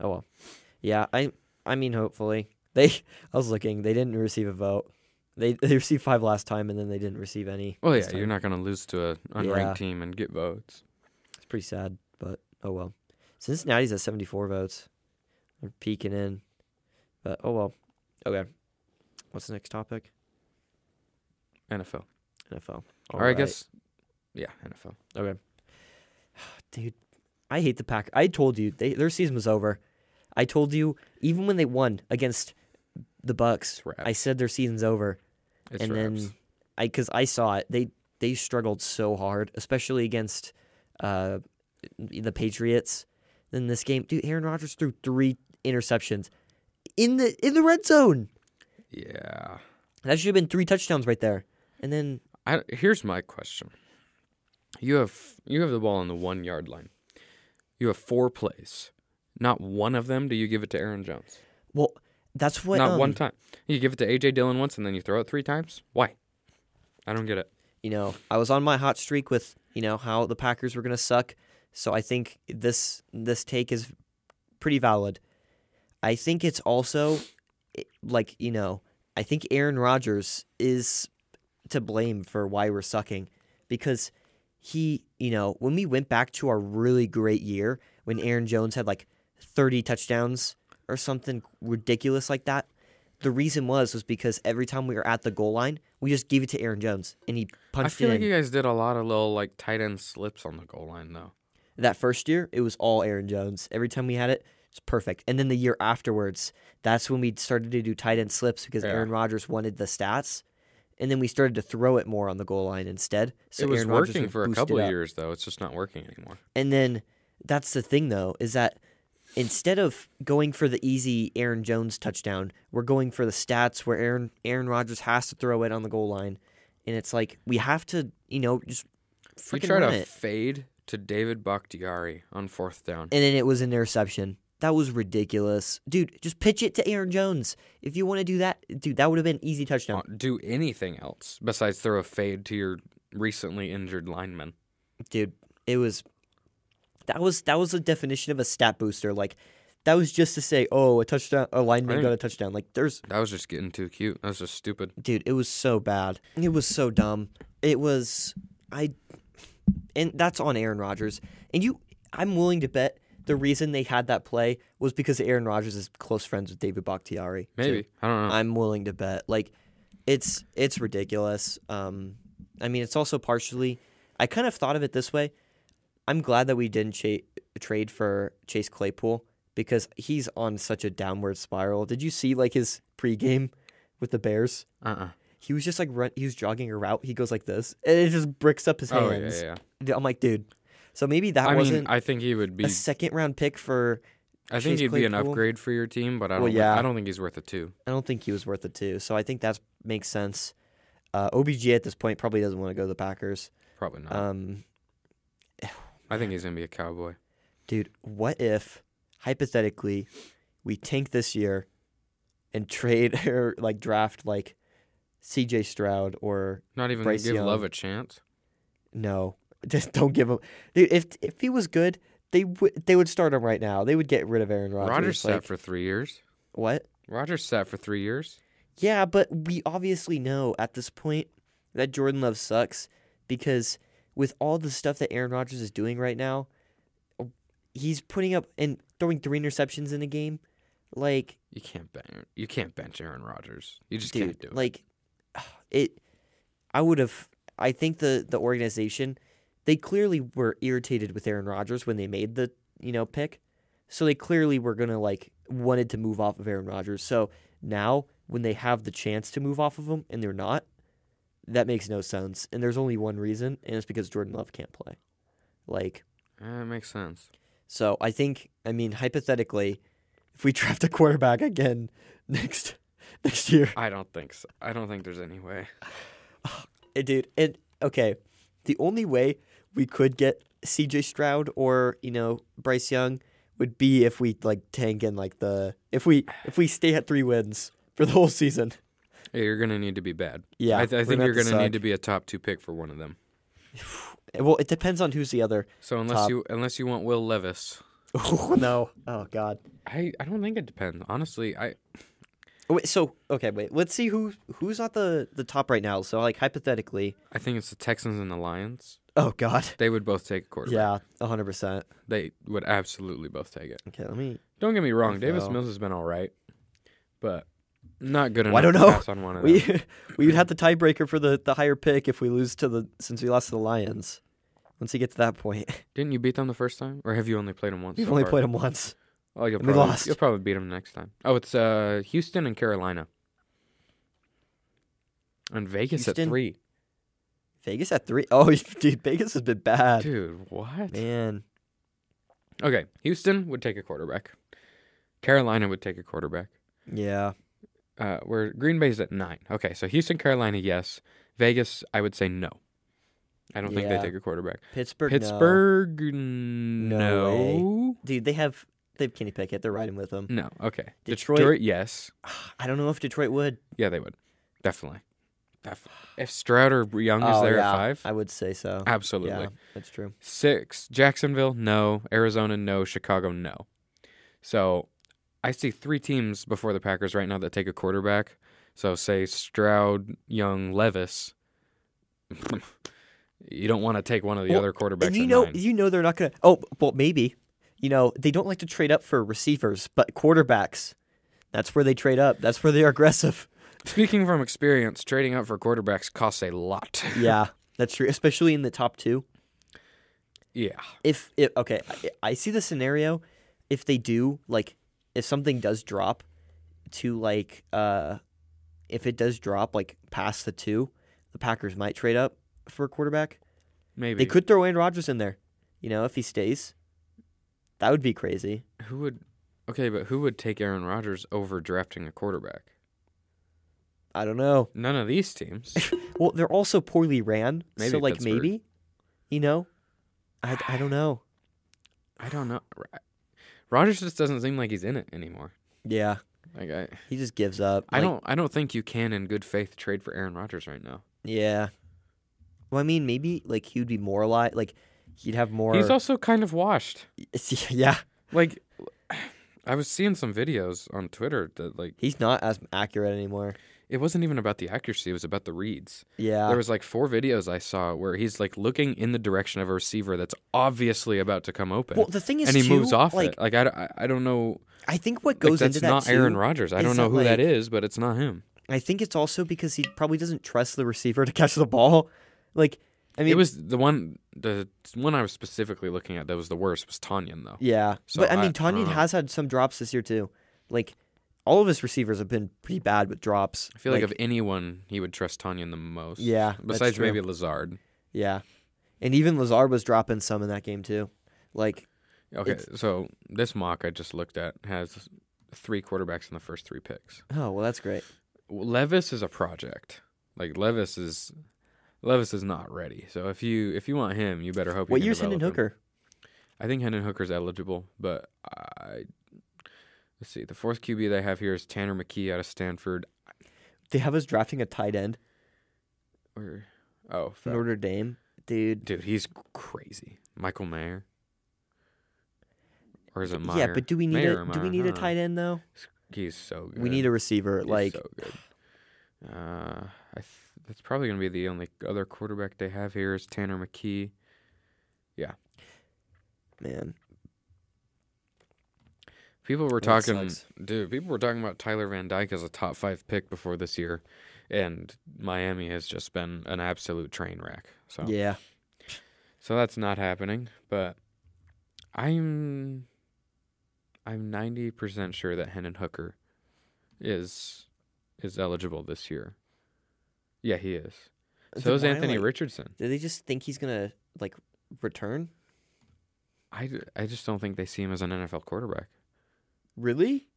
S1: Oh well. Yeah, I I mean hopefully. They I was looking, they didn't receive a vote. They they received 5 last time and then they didn't receive any.
S2: Well,
S1: this
S2: Oh, yeah,
S1: time.
S2: you're not gonna lose to a unranked
S1: Yeah.
S2: team and get votes.
S1: It's pretty sad, but oh well. Cincinnati's at 74 votes. They're peeking in. But oh well. Okay. What's the next topic?
S2: NFL.
S1: NFL.
S2: or I guess, yeah, NFL.
S1: Okay. Dude, I hate the Pack. I told you they, their season was over. I told you even when they won against the Bucks,
S2: It's wraps.
S1: I said their season's over,
S2: It's
S1: and
S2: wraps.
S1: then I because I saw it, they they struggled so hard, especially against uh, the Patriots. In this game, dude, Aaron Rodgers threw three interceptions in the in the red zone.
S2: yeah.
S1: That should have been three touchdowns right there. And then
S2: I, here's my question. You have you have the ball on the one yard line. You have four plays. Not one of them do you give it to Aaron Jones.
S1: well, that's what
S2: Not
S1: um,
S2: one time. You give it to AJ Dillon once, and then you throw it three times. Why? I don't get it.
S1: you know, I was on my hot streak with, you know, how the Packers were going to suck. So I think this this take is pretty valid. I think it's also it- like, you know, I think Aaron Rodgers is to blame for why we're sucking because he, you know, when we went back to our really great year when Aaron Jones had like 30 touchdowns or something ridiculous like that, the reason was was because every time we were at the goal line, we just gave it to Aaron Jones and he
S2: I
S1: punched it
S2: feel like
S1: in.
S2: you guys did a lot of little like tight end slips on the goal line though.
S1: That first year, it was all Aaron Jones. Every time we had it, it's perfect. And then the year afterwards, that's when we started to do tight end slips because
S2: Yeah.
S1: Aaron Rodgers wanted the stats. And then we started to throw it more on the goal line instead. So
S2: it was
S1: Aaron Rodgers
S2: working
S1: would
S2: for a
S1: boost it
S2: couple
S1: up.
S2: years though. It's just not working anymore.
S1: And then that's the thing though, is that instead of going for the easy Aaron Jones touchdown, we're going for the stats where Aaron Aaron Rodgers has to throw it on the goal line. And it's like we have to, you know, just
S2: You
S1: freaking
S2: try
S1: run
S2: to
S1: it.
S2: fade to David Bakhtiari on fourth down.
S1: and then it was an interception. That was ridiculous. Dude, just pitch it to Aaron Jones. If you want to do that, dude, that would have been an easy touchdown.
S2: Uh, Do anything else besides throw a fade to your recently injured lineman.
S1: Dude, it was that was that was the definition of a stat booster. Like that was just to say, oh, a touchdown a lineman
S2: Right.
S1: got a touchdown. Like there's
S2: That was just getting too cute. That was just stupid.
S1: dude, it was so bad. It was so dumb. It was I and that's on Aaron Rodgers. And you I'm willing to bet the reason they had that play was because Aaron Rodgers is close friends with David Bakhtiari. too.
S2: Maybe I don't know.
S1: I'm willing to bet. Like, it's it's ridiculous. Um, I mean, it's also partially. I kind of thought of it this way. I'm glad that we didn't cha- trade for Chase Claypool because he's on such a downward spiral. Did you see like his pregame with the Bears?
S2: Uh uh
S1: He was just like run. He was jogging a route. He goes like this, and it just bricks up his
S2: Oh yeah,
S1: hands.
S2: yeah.
S1: D- I'm like, dude. So maybe that
S2: I mean,
S1: wasn't
S2: I think he would be.
S1: a second round pick for.
S2: I think
S1: Chase
S2: he'd be an
S1: Claypool.
S2: upgrade for your team, but I
S1: Well,
S2: don't. thi-
S1: yeah.
S2: I don't think he's worth a two.
S1: I don't think he was worth it too. So I think that makes sense. Uh, OBG at this point probably doesn't want to go to the Packers.
S2: Probably not.
S1: Um,
S2: I think he's gonna be a cowboy.
S1: dude, what if hypothetically we tank this year and trade or like draft like CJ Stroud or
S2: Not even
S1: Bryce
S2: give
S1: Young.
S2: Love a chance.
S1: no, just don't give him. Dude, if if he was good, they would they would start him right now. They would get rid of Aaron Rodgers.
S2: Rogers sat
S1: like,
S2: for three years.
S1: what?
S2: Rogers sat for three years.
S1: Yeah, but we obviously know at this point that Jordan Love sucks because with all the stuff that Aaron Rodgers is doing right now, he's putting up and throwing three interceptions in a game. Like,
S2: You can't bench. You can't bench Aaron Rodgers. You just
S1: dude,
S2: can't do it.
S1: like it. I would have. I think the the organization, they clearly were irritated with Aaron Rodgers when they made the you know pick, so they clearly were gonna like wanted to move off of Aaron Rodgers. So now when they have the chance to move off of him and they're not, that makes no sense. And there's only one reason, and it's because Jordan Love can't play. Like
S2: Eh, it makes sense.
S1: so, I think I mean hypothetically, if we draft a quarterback again next next year,
S2: I don't think so. I don't think there's any way.
S1: Uh, dude. And okay, the only way we could get C.J. Stroud or you know Bryce Young would be if we like tank in like the if we if we stay at three wins for the whole season.
S2: Yeah, you're gonna need to be bad.
S1: Yeah,
S2: I, th- I
S1: we're
S2: think
S1: gonna
S2: you're
S1: have
S2: gonna
S1: to
S2: need
S1: suck.
S2: to be a top two pick for one of them.
S1: Well, it depends on who's the other.
S2: So unless
S1: Top.
S2: you unless you want Will Levis,
S1: Oh no! Oh god.
S2: I, I don't think it depends. Honestly, I
S1: Oh, Wait, so okay, wait. Let's see who who's at the the top right now. So like hypothetically,
S2: I think it's the Texans and the Lions.
S1: oh god,
S2: They would both take a quarterback.
S1: yeah, hundred percent.
S2: They would absolutely both take it.
S1: Okay, let me.
S2: Don't get me wrong, Davis
S1: So-
S2: Mills has been all right, but not good enough.
S1: Well, I don't
S2: To
S1: know.
S2: pass on one of them.
S1: We we would have the tiebreaker for the the higher pick if we lose to the since we lost to the Lions. Once you get to that point,
S2: Didn't you beat them the first time, or have you only played them once?
S1: we've
S2: so
S1: only
S2: far?
S1: played them once.
S2: Oh, you'll
S1: and we
S2: probably,
S1: lost.
S2: You'll probably beat them next time. Oh, it's uh, Houston and Carolina. And Vegas
S1: Houston?
S2: at three.
S1: Vegas at three. Oh, dude, Vegas has been bad.
S2: Dude, what?
S1: Man,
S2: Okay, Houston would take a quarterback. Carolina would take a quarterback.
S1: yeah,
S2: Uh, where Green Bay's at nine. Okay, so Houston, Carolina, yes. Vegas, I would say no. I don't think they
S1: Yeah.
S2: take a quarterback.
S1: Pittsburgh. no.
S2: Pittsburgh, n- no.
S1: No way. dude, they have they have Kenny Pickett. They're riding with them.
S2: No. Okay.
S1: Detroit-
S2: yes.
S1: I don't know if Detroit would.
S2: Yeah, they would. Definitely. Def- If Stroud or Young is
S1: Oh,
S2: there
S1: yeah,
S2: at five,
S1: I would say so.
S2: absolutely.
S1: Yeah, that's true.
S2: Six, Jacksonville, no. Arizona, no. Chicago, no. So I see three teams before the Packers right now that take a quarterback. So say Stroud, Young, Levis. you don't want to take one of the
S1: Well,
S2: other quarterbacks.
S1: And you
S2: at
S1: know,
S2: nine.
S1: you know they're not gonna. Oh, well, maybe. You know they don't like to trade up for receivers, but quarterbacks. That's where they trade up. That's where they are aggressive.
S2: Speaking from experience, trading up for quarterbacks costs a lot.
S1: yeah, that's true. Especially in the top two.
S2: yeah.
S1: If it okay, I, I see the scenario. If they do like, if something does drop to like, uh, if it does drop like past the two, the Packers might trade up for a quarterback.
S2: Maybe.
S1: They could throw Aaron Rodgers in there. You know, if he stays, that would be crazy.
S2: Who would? Okay, but who would take Aaron Rodgers over drafting a quarterback?
S1: I don't know.
S2: None of these teams.
S1: Well, they're also poorly ran, so
S2: Maybe
S1: like
S2: Pittsburgh.
S1: maybe, you know, I, I don't know.
S2: I don't know. Ro- Rodgers just doesn't seem like he's in it anymore.
S1: Yeah,
S2: Like I,
S1: he just gives up.
S2: I
S1: Like,
S2: don't, I don't think you can in good faith trade for Aaron Rodgers right now.
S1: Yeah. Well, I mean, maybe like he'd be more alive. Like he'd have more.
S2: He's also kind of washed.
S1: yeah,
S2: Like, I was seeing some videos on Twitter that like
S1: he's not as accurate anymore.
S2: it wasn't even about the accuracy; it was about the reads.
S1: Yeah.
S2: There was like four videos I saw where he's like looking in the direction of a receiver that's obviously about to come open,
S1: well, the thing is,
S2: and he
S1: too,
S2: moves off
S1: Like
S2: it. Like I, d- I- I don't know.
S1: I think what
S2: Like,
S1: goes
S2: that's
S1: into that
S2: not Aaron
S1: too,
S2: Rodgers. I
S1: is
S2: don't know
S1: that,
S2: who that
S1: like-
S2: is, but it's not him.
S1: I think it's also because he probably doesn't trust the receiver to catch the ball. Like, I mean,
S2: it was the one the one I was specifically looking at that was the worst was Tanyan though.
S1: Yeah,
S2: So
S1: but I,
S2: I- I
S1: mean,
S2: don't
S1: Tanyan
S2: know.
S1: has had some drops this year too. Like, all of his receivers have been pretty bad with drops.
S2: I feel like, of anyone he would trust Tanyan the most.
S1: Yeah, that's
S2: Besides
S1: true.
S2: maybe Lazard.
S1: yeah, and even Lazard was dropping some in that game too. Like,
S2: Okay,
S1: It's-
S2: so this mock I just looked at has three quarterbacks in the first three picks.
S1: oh well, that's great.
S2: Levis is a project. Like Levis is Levis is not ready. So if you if you want him, you better hope you
S1: what
S2: can
S1: year's Hendon
S2: develop him.
S1: Hooker?
S2: I think Hendon Hooker's eligible, but I let's see. The fourth QB they have here is Tanner McKee out of Stanford.
S1: They have us drafting a tight end,
S2: Where? Oh, fuck.
S1: Notre Dame, dude.
S2: dude, he's crazy. Michael Mayer, or is it Meyer?
S1: Yeah, but do we need
S2: Mayer
S1: a
S2: or
S1: do we
S2: Meyer?
S1: need
S2: I
S1: a
S2: don't know.
S1: tight end though?
S2: He's so good.
S1: We need a receiver.
S2: He's
S1: like,
S2: so good. Uh, I th- that's probably gonna be the only other quarterback they have here is Tanner McKee.
S1: man,
S2: People were
S1: That
S2: talking,
S1: sucks.
S2: dude. People were talking about Tyler Van Dyke as a top five pick before this year, and Miami has just been an absolute train wreck. So
S1: yeah,
S2: So that's not happening, but I'm I'm 90% sure that Hennon Hooker is is eligible this year. Yeah, he is. So
S1: Then
S2: is
S1: why,
S2: Anthony
S1: like,
S2: Richardson.
S1: Do they just think he's gonna like return?
S2: I, d- I just don't think they see him as an NFL quarterback.
S1: Really?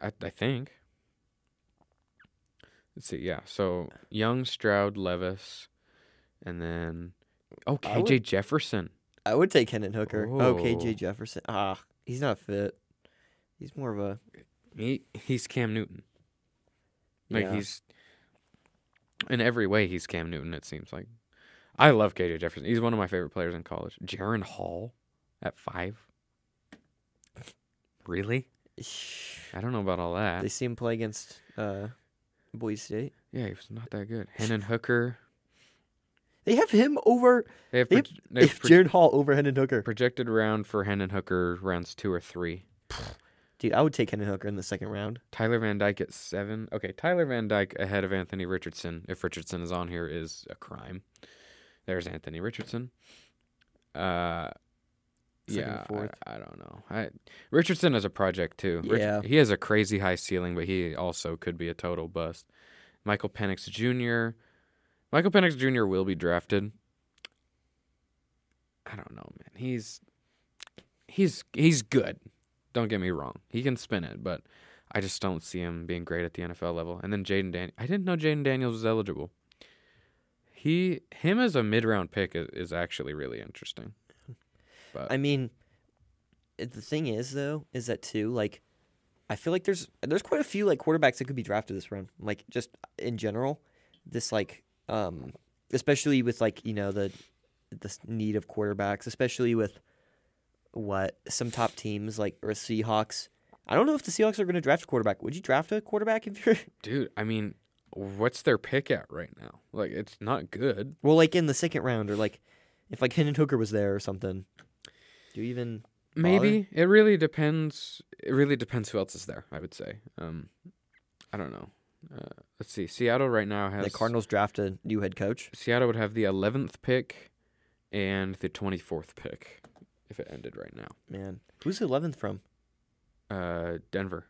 S2: I, I think. Let's see. Yeah. So Young, Stroud, Levis, and then oh
S1: I would-
S2: KJ Jefferson.
S1: I would take Hendon Hooker. Oh,
S2: Oh.
S1: KJ Jefferson. Ah, He's not fit. He's more of a
S2: He he's Cam Newton. Like
S1: yeah.
S2: he's in every way he's Cam Newton. It seems like I love KJ Jefferson. He's one of my favorite players in college. Jaron Hall at five. Really? I don't know about all that.
S1: They see him play against uh, Boise State.
S2: yeah, he was not that good. Hennon Hooker.
S1: They have him over.
S2: They have,
S1: They have-
S2: proj-
S1: They
S2: they have pro-
S1: Jared Hall over Hendon Hooker.
S2: projected round for Hennon Hooker rounds two or three.
S1: Dude, I would take Hendon Hooker in the second round.
S2: Tyler Van Dyke at seven. Okay, Tyler Van Dyke ahead of Anthony Richardson. If Richardson is on here, is a crime. There's Anthony Richardson. Uh,
S1: Second
S2: yeah,
S1: and fourth.
S2: I, I don't know. I, Richardson is a project too. Rich-
S1: Yeah.
S2: he has a crazy high ceiling, but he also could be a total bust. Michael Penix Jr. Michael Penix Jr. will be drafted. I don't know, man. He's he's he's good. Don't get me wrong. He can spin it, but I just don't see him being great at the NFL level. And then Jaden Dan I didn't know Jaden Daniels was eligible. He him as a mid round pick is, is actually really interesting. But
S1: I mean, it- the thing is though, is that too like, I feel like there's there's quite a few like quarterbacks that could be drafted this round. Like just in general, this like um especially with like you know the the s- need of quarterbacks, especially with what some top teams like or Seahawks. I don't know if the Seahawks are going to draft a quarterback. Would you draft a quarterback if you're
S2: dude, I mean, what's their pick at right now? Like it's not good.
S1: well like in the second round or like if like Hendon Hooker was there or something? Do you even bother?
S2: Maybe it really depends. It really depends who else is there. I would say. Um, I don't know. Uh, let's see. Seattle right now has
S1: the Cardinals draft a new head coach?
S2: Seattle would have the eleventh pick and the twenty fourth pick if it ended right now.
S1: Man, who's eleventh from?
S2: Uh, Denver.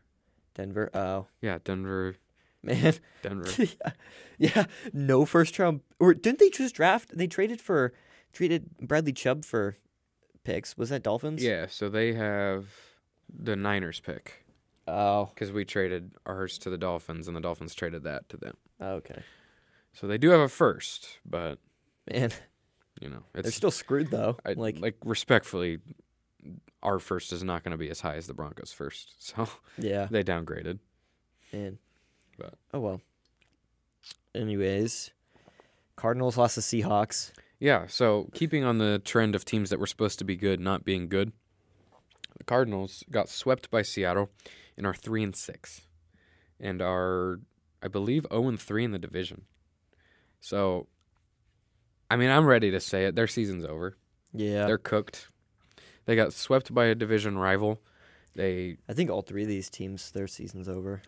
S1: Denver. Oh
S2: Yeah, Denver.
S1: man,
S2: Denver.
S1: yeah. yeah, no first round. Or didn't they just draft? They traded for traded Bradley Chubb for picks. Was that Dolphins?
S2: yeah. So they have the Niners pick
S1: Oh,
S2: because we traded ours to the Dolphins and the Dolphins traded that to them.
S1: okay.
S2: So they do have a first, but
S1: Man,
S2: you know
S1: they're
S2: it's
S1: still screwed though.
S2: I,
S1: like,
S2: like, respectfully, our first is not going to be as high as the Broncos' first, so
S1: yeah,
S2: they downgraded.
S1: man.
S2: But-
S1: Oh well. Anyways, Cardinals lost to Seahawks.
S2: Yeah, so keeping on the trend of teams that were supposed to be good not being good, the Cardinals got swept by Seattle and are three and six, and are I believe zero and three in the division. So, I mean, I'm ready to say it. Their season's over.
S1: Yeah,
S2: They're cooked. They got swept by a division rival. They
S1: I think all three of these teams, their season's over.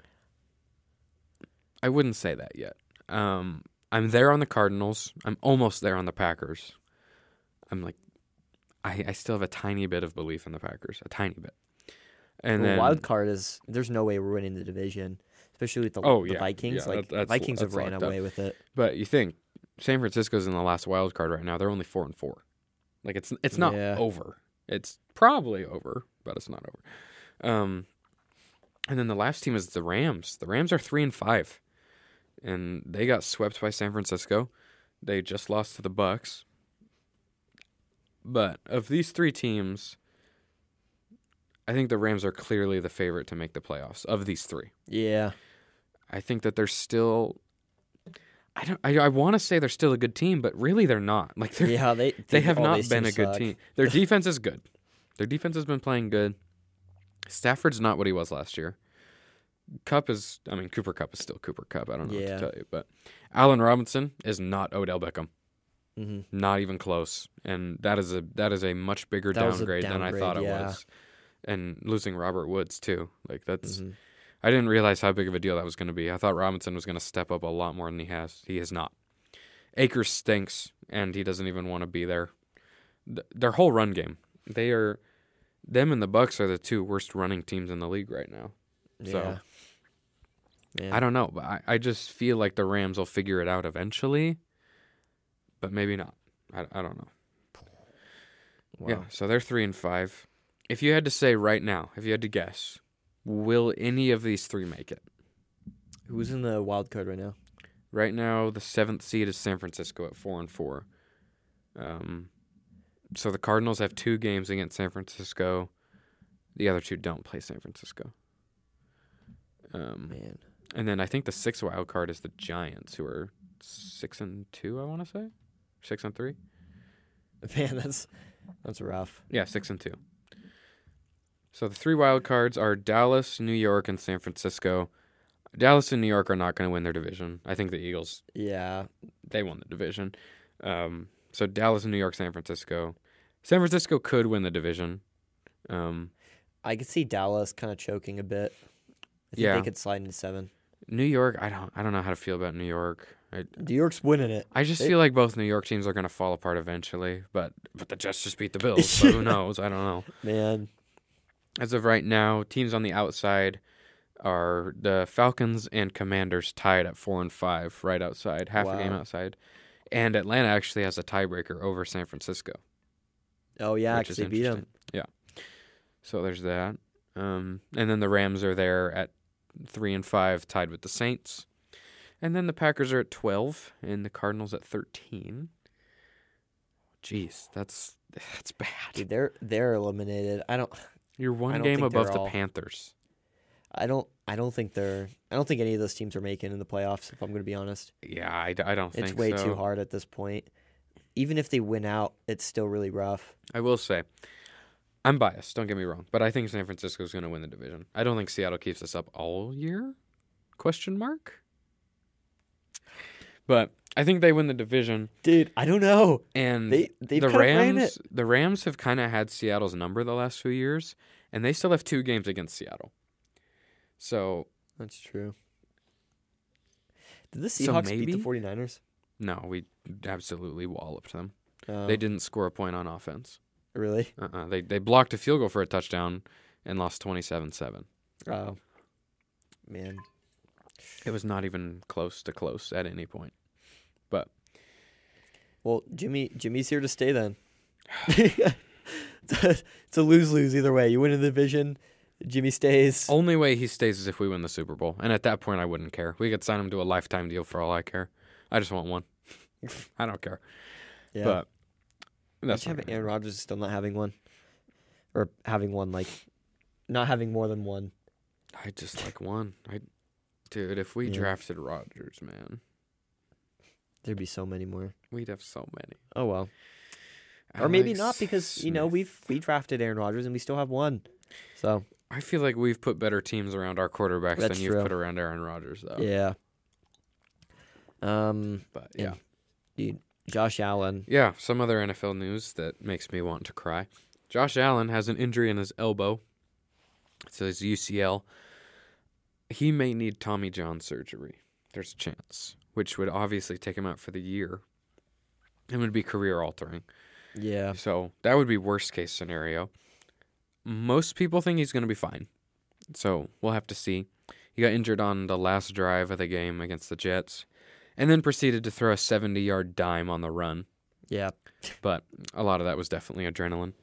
S2: I wouldn't say that yet. Um, I'm there on the Cardinals. I'm almost there on the Packers. I'm like, I, I still have a tiny bit of belief in the Packers, a tiny bit. And
S1: the
S2: then,
S1: wild card is there's no way we're winning the division, especially with the,
S2: Oh,
S1: the
S2: yeah,
S1: Vikings.
S2: yeah,
S1: like
S2: that- that's-
S1: Vikings have
S2: that's
S1: ran
S2: locked up.
S1: away with it.
S2: but you think San Francisco's in the last wild card right now? They're only four and four. Like it's it's not
S1: Yeah.
S2: over. It's probably over, but it's not over. Um, and then the last team is the Rams. The Rams are three and five, and they got swept by San Francisco. They just lost to the Bucks. But of these three teams, I think the Rams are clearly the favorite to make the playoffs. Of these three,
S1: Yeah,
S2: I think that they're still. I don't. I, I want to say they're still a good team, but really they're not. Like they're,
S1: yeah, they
S2: they
S1: dude,
S2: have
S1: all
S2: not
S1: these
S2: been a
S1: teams
S2: good
S1: suck.
S2: team. Their defense is good. Their defense has been playing good. Stafford's not what he was last year. Cup is. I mean, Cooper Cup is still Cooper Cup. I don't know
S1: Yeah.
S2: what to tell you, but Allen Robinson is not Odell Beckham.
S1: Mhm.
S2: Not even close. And that is a that is a much bigger
S1: That was a
S2: downgrade, than I
S1: downgrade,
S2: thought it
S1: yeah.
S2: was. And losing Robert Woods too. Like that's.
S1: Mhm.
S2: I didn't realize how big of a deal that was going to be. I thought Robinson was going to step up a lot more than he has. He has not. Akers stinks, and he doesn't even want to be there. Th- their whole run game, they are, them and the Bucks are the two worst running teams in the league right now. So
S1: Yeah. Man.
S2: I don't know, but I, I just feel like the Rams will figure it out eventually, but maybe not. I, I don't know. Yeah,
S1: Wow.
S2: so they're three and five. If you had to say right now, if you had to guess, will any of these three make it?
S1: Who's in the wild card right now?
S2: Right now, the seventh seed is San Francisco at four and four. Um, so the Cardinals have two games against San Francisco. The other two don't play San Francisco. Um,
S1: Man,
S2: and then I think the sixth wild card is the Giants, who are six and two. I want to say six and three.
S1: man, that's that's rough.
S2: Yeah, six and two. So the three wild cards are Dallas, New York, and San Francisco. Dallas and New York are not going to win their division. I think the Eagles
S1: Yeah,
S2: they won the division. Um, so Dallas, New York, San Francisco. San Francisco could win the division. Um,
S1: I could see Dallas kind of choking a bit. I think
S2: Yeah.
S1: they could slide into seven.
S2: New York, I don't, I don't know how to feel about New York. I,
S1: New York's winning it.
S2: I just
S1: They-
S2: feel like both New York teams are going to fall apart eventually. But, but the Jets just beat the Bills, so who knows? I don't know.
S1: Man,
S2: As of right now, teams on the outside are the Falcons and Commanders tied at four and five, right outside, half a game
S1: Wow.
S2: outside, and Atlanta actually has a tiebreaker over San Francisco.
S1: oh yeah,
S2: Which is
S1: because they beat him.
S2: interesting. So there's that. Um, and then the Rams are there at three and five, tied with the Saints. And then the Packers are at twelve, and the Cardinals at thirteen. Jeez, that's that's bad.
S1: Dude, they're they're eliminated. I don't,
S2: You're one
S1: don't
S2: game
S1: think they're
S2: above the
S1: all-
S2: Panthers.
S1: I don't, I don't think they're. I don't think any of those teams are making in the playoffs. If I'm going to be honest,
S2: Yeah, I, d- I don't think
S1: it's way
S2: so.
S1: too hard at this point. Even if they win out, it's still really rough.
S2: I will say, I'm biased. Don't get me wrong, but I think San Francisco's going to win the division. I don't think Seattle keeps this up all year. Question mark. But I think they win the division,
S1: Dude, I don't know.
S2: and
S1: They they
S2: the
S1: kind of ran it.
S2: Rams the Rams have kind of had Seattle's number the last few years, and they still have two games against Seattle. So
S1: That's true. Did the
S2: So
S1: Seahawks beat
S2: maybe-
S1: the 49ers?
S2: no, we absolutely walloped them.
S1: Oh,
S2: They didn't score a point on offense.
S1: Really?
S2: Uh-uh. They they blocked a field goal for a touchdown and lost 27-7.
S1: Oh. Man.
S2: It was not even close to close at any point.
S1: Well, Jimmy Jimmy's here to stay then. it's a- it's a lose lose either way. You win the division, Jimmy stays.
S2: Only way he stays is if we win the Super Bowl. And at that point I wouldn't care. We could sign him to a lifetime deal for all I care. I just want one. I don't care.
S1: yeah.
S2: But that's
S1: That's
S2: not
S1: have
S2: gonna
S1: Aaron Rodgers is still not having one. Or having one like not having more than one.
S2: I just like one. I, dude, if we
S1: Yeah.
S2: drafted Rodgers, man,
S1: There'd be so many more.
S2: we'd have so many.
S1: Oh well. or maybe
S2: Alex
S1: not because you know
S2: Smith.
S1: we've we drafted Aaron Rodgers and we still have one. So
S2: I feel like we've put better teams around our quarterbacks than
S1: That's
S2: you've
S1: true.
S2: put around Aaron Rodgers, though.
S1: yeah. Um,
S2: But yeah,
S1: Yeah. Josh Allen.
S2: yeah. Some other NFL news that makes me want to cry. Josh Allen has an injury in his elbow. It's his UCL. He may need Tommy John surgery. There's a chance, which would obviously take him out for the year. It would be career altering.
S1: Yeah,
S2: So that would be worst case scenario. Most people think he's going to be fine. So we'll have to see. He got injured on the last drive of the game against the Jets and then proceeded to throw a 70 yard dime on the run.
S1: yeah.
S2: But a lot of that was definitely adrenaline.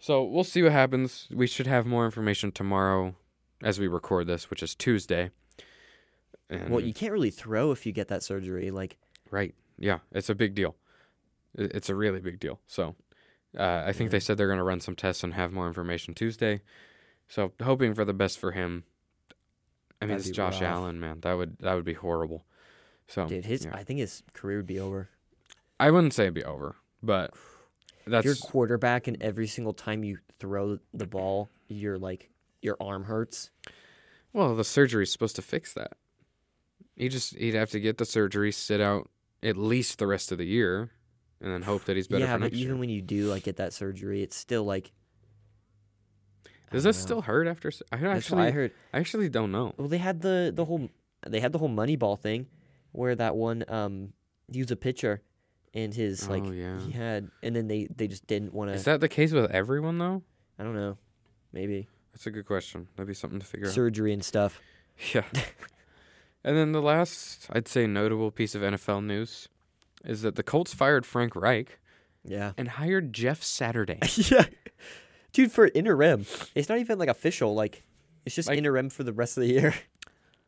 S2: So we'll see what happens. We should have more information tomorrow as we record this, which is Tuesday. And
S1: Well, you can't really throw if you get that surgery. Like,
S2: Right. Yeah, it's a big deal. I- It's a really big deal. So, uh, I think they said they're going to run some tests and have more information Tuesday. So, hoping for the best for him. I mean,
S1: That'd
S2: it's
S1: be
S2: Josh
S1: rough.
S2: Allen, man. That would that would be horrible. So,
S1: dude, his
S2: Oh, yeah.
S1: I think his career would be over.
S2: I wouldn't say it'd be over, but
S1: If you're
S2: that's
S1: quarterback, and every single time you throw the ball, your like your arm hurts.
S2: well, the surgery's supposed to fix that. He just he'd have to get the surgery, sit out at least the rest of the year, and then hope that he's better
S1: yeah,
S2: for
S1: but
S2: next
S1: even
S2: year.
S1: when you do like get that surgery, it's still like. I
S2: Does
S1: don't
S2: this
S1: know.
S2: still hurt after? s- I
S1: That's what I
S2: actually,
S1: heard.
S2: I actually don't know.
S1: Well, they had the the whole they had the whole Moneyball thing, where that one um he was a pitcher, and his like
S2: Oh, yeah.
S1: he had, and then they they just didn't want
S2: Is
S1: to.
S2: that the case with everyone though?
S1: I don't know, maybe
S2: That's a good question. That'd be something to figure
S1: surgery and stuff.
S2: out. Yeah. and then the last, I'd say, notable piece of NFL news is that the Colts fired Frank Reich
S1: Yeah,
S2: and hired Jeff Saturday.
S1: yeah, dude, for interim, it's not even like official. Like it's just
S2: Like-
S1: interim for the rest of the year.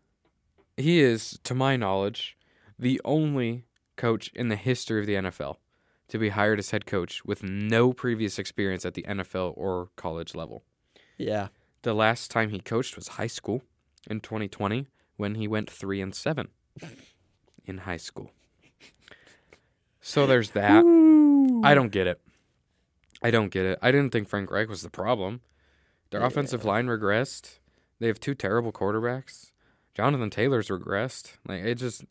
S2: he is, to my knowledge, the only coach in the history of the NFL to be hired as head coach with no previous experience at the NFL or college level.
S1: Yeah.
S2: The last time he coached was high school in 2020 when he went 3 and 7 in high school. So there's that.
S1: Mm.
S2: I don't get it. I don't get it. I didn't think Frank Reich was the problem. Their offensive line regressed. They have two terrible quarterbacks. Jonathan Taylor's regressed. Like it just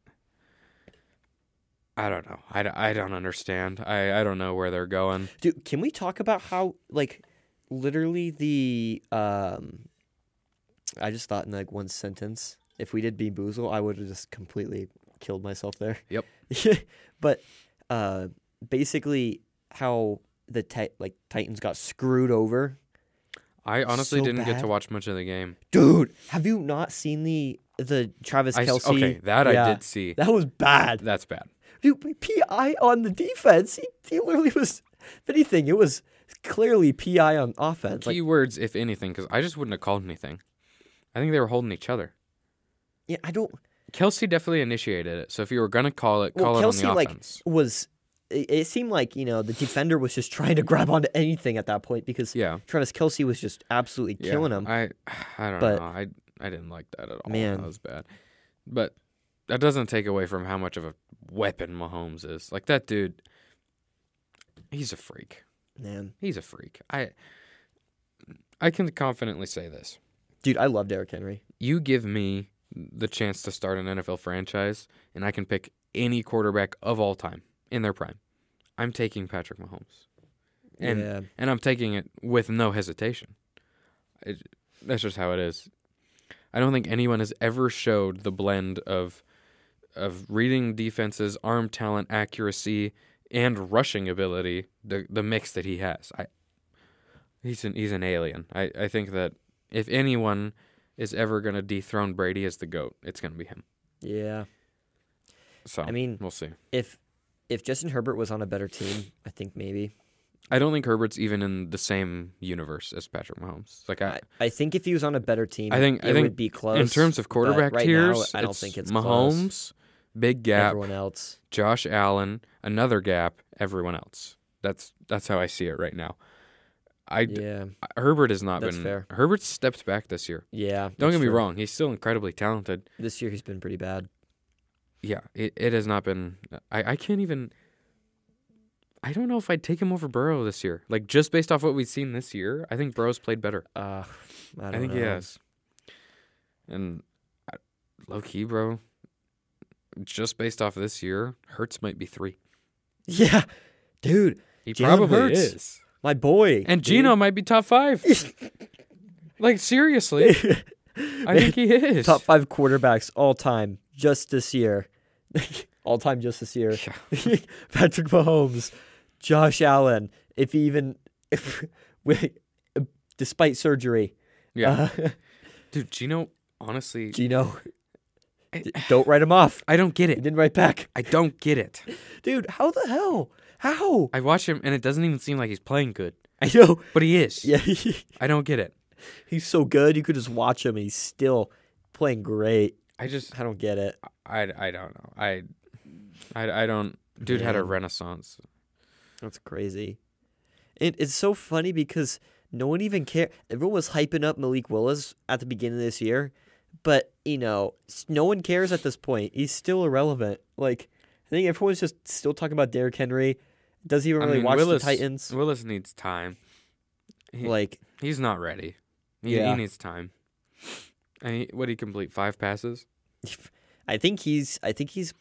S2: I don't know. I, d- I don't understand. I, I don't know where they're going.
S1: Dude, can we talk about how like literally the um I just thought in like one sentence, if we did Beanboozle, I would have just completely killed myself there.
S2: Yep.
S1: but uh basically how the ti- like Titans got screwed over.
S2: I honestly
S1: So
S2: didn't get to
S1: bad.
S2: watch much of the game.
S1: Dude, have you not seen the the Travis
S2: I s-
S1: Kelsey?
S2: okay, that
S1: Yeah.
S2: I did see.
S1: That was bad.
S2: That's bad.
S1: Dude, PI on the defense. He, he literally was, if anything, it was clearly PI on offense. Like,
S2: Keywords, if anything, because I just wouldn't have called anything. I think they were holding each other.
S1: yeah, I don't.
S2: Kelsey definitely initiated it. So if you were gonna call it,
S1: Well,
S2: call
S1: Kelsey
S2: it on the
S1: like
S2: offense.
S1: was. It, it seemed like you know the defender was just trying to grab onto anything at that point because
S2: yeah,
S1: Travis Kelsey was just absolutely
S2: yeah.
S1: killing him.
S2: I I don't
S1: But-
S2: know. I I didn't like that at all.
S1: Man.
S2: That was bad. But that doesn't take away from how much of a weapon Mahomes is. Like that dude, he's a freak.
S1: Man,
S2: He's a freak. I I can confidently say this.
S1: dude, I love Derrick Henry.
S2: You give me the chance to start an NFL franchise and I can pick any quarterback of all time in their prime. I'm taking Patrick Mahomes. And
S1: yeah,
S2: and I'm taking it with no hesitation. It, that's just how it is. I don't think anyone has ever showed the blend of of reading defenses, arm talent, accuracy, and rushing ability, the the mix that he has. I he's an he's an alien. I, I think that if anyone is ever gonna dethrone Brady as the GOAT, it's gonna be him.
S1: yeah.
S2: So
S1: I mean,
S2: we'll see.
S1: if if Justin Herbert was on a better team, I think maybe.
S2: I don't think Herbert's even in the same universe as Patrick Mahomes. Like I,
S1: I, I think if he was on a better team,
S2: I think-
S1: it
S2: I think
S1: would be close
S2: in terms of quarterback
S1: right now,
S2: tiers,
S1: I don't
S2: it's
S1: think it's close.
S2: Mahomes, big gap,
S1: Everyone else,
S2: Josh Allen, another gap, everyone else. That's that's how I see it right now. I
S1: yeah,
S2: Herbert has not
S1: That's
S2: been
S1: fair.
S2: Herbert's stepped back this year.
S1: yeah.
S2: Don't
S1: that's
S2: get me
S1: true.
S2: wrong, he's still incredibly talented.
S1: This year he's been pretty bad.
S2: Yeah, it, it has not been I, I can't even I don't know if I'd take him over Burrow this year. Like just based off what we've seen this year, I think Burrow's played better.
S1: Uh, I,
S2: I,
S1: don't
S2: think
S1: know.
S2: he has. And I, low key, bro, just based off this year, Hertz might be three.
S1: Yeah, dude,
S2: He
S1: Jalen
S2: probably
S1: Hurts.
S2: is.
S1: my boy.
S2: And Gino might be top five. like seriously,
S1: dude.
S2: I think he is.
S1: top five quarterbacks all time just this year, all time just this year.
S2: Yeah.
S1: Patrick Mahomes, Josh Allen. If he even, if, wait, despite surgery,
S2: Yeah,
S1: uh,
S2: dude, Gino. Honestly,
S1: Gino, don't write him off.
S2: I don't get
S1: He
S2: it.
S1: didn't write back,
S2: I don't get it.
S1: dude. How the hell? How?
S2: I watch him, and it doesn't even seem like he's playing good,
S1: I know.
S2: but he is.
S1: Yeah,
S2: I don't get it.
S1: he's so good. You could just watch him, and he's still playing great.
S2: I just,
S1: I don't get it.
S2: I, I don't know. I, I, I don't. Dude had a
S1: Man.
S2: renaissance.
S1: That's crazy. It, it's so funny because no one even care. Everyone was hyping up Malik Willis at the beginning of this year, but you know, s- no one cares at this point. He's still irrelevant. Like I think everyone's just still talking about Derrick Henry. Doesn't even
S2: I
S1: really
S2: mean,
S1: watch
S2: Willis-
S1: the Titans.
S2: Willis needs time. he-
S1: Like
S2: He's not ready. He,
S1: Yeah.
S2: he needs time. And he, what did he complete? Five passes?
S1: I think he's I think he's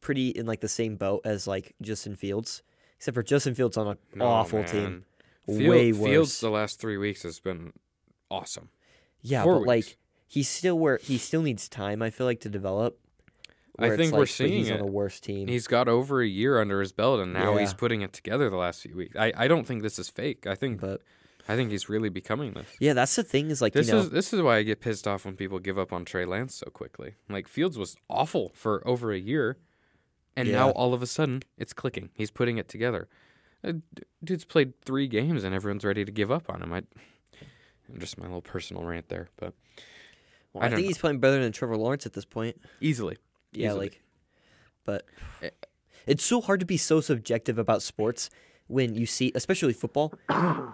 S1: pretty in like the same boat as like Justin Fields, except for Justin Fields on an
S2: No,
S1: awful
S2: Oh, man.
S1: team,
S2: Field-
S1: way
S2: Fields
S1: worse.
S2: the last three weeks has been awesome.
S1: yeah,
S2: four
S1: but
S2: weeks.
S1: like he's still where he still needs time. I feel like to develop.
S2: I
S1: where it's
S2: think we're
S1: like, but
S2: seeing
S1: he's on
S2: it.
S1: a worse team.
S2: He's got over a year under his belt, and now he's
S1: Yeah.
S2: putting it together the last few weeks. I, I don't think this is fake. I think
S1: But
S2: I think he's really becoming this.
S1: yeah, that's the thing is like
S2: This
S1: you know
S2: is this is why I get pissed off when people give up on Trey Lance so quickly. Like Fields was awful for over a year, and now
S1: Yeah.
S2: all of a sudden it's clicking. He's putting it together. Uh, d- dude's played three games and everyone's ready to give up on him. I, just my little personal rant there, but
S1: well,
S2: I
S1: I,
S2: don't
S1: think
S2: know.
S1: he's playing better than Trevor Lawrence at this point.
S2: easily.
S1: Yeah,
S2: Easily.
S1: like, but
S2: Eh.
S1: it's so hard to be so subjective about sports when you see, especially football,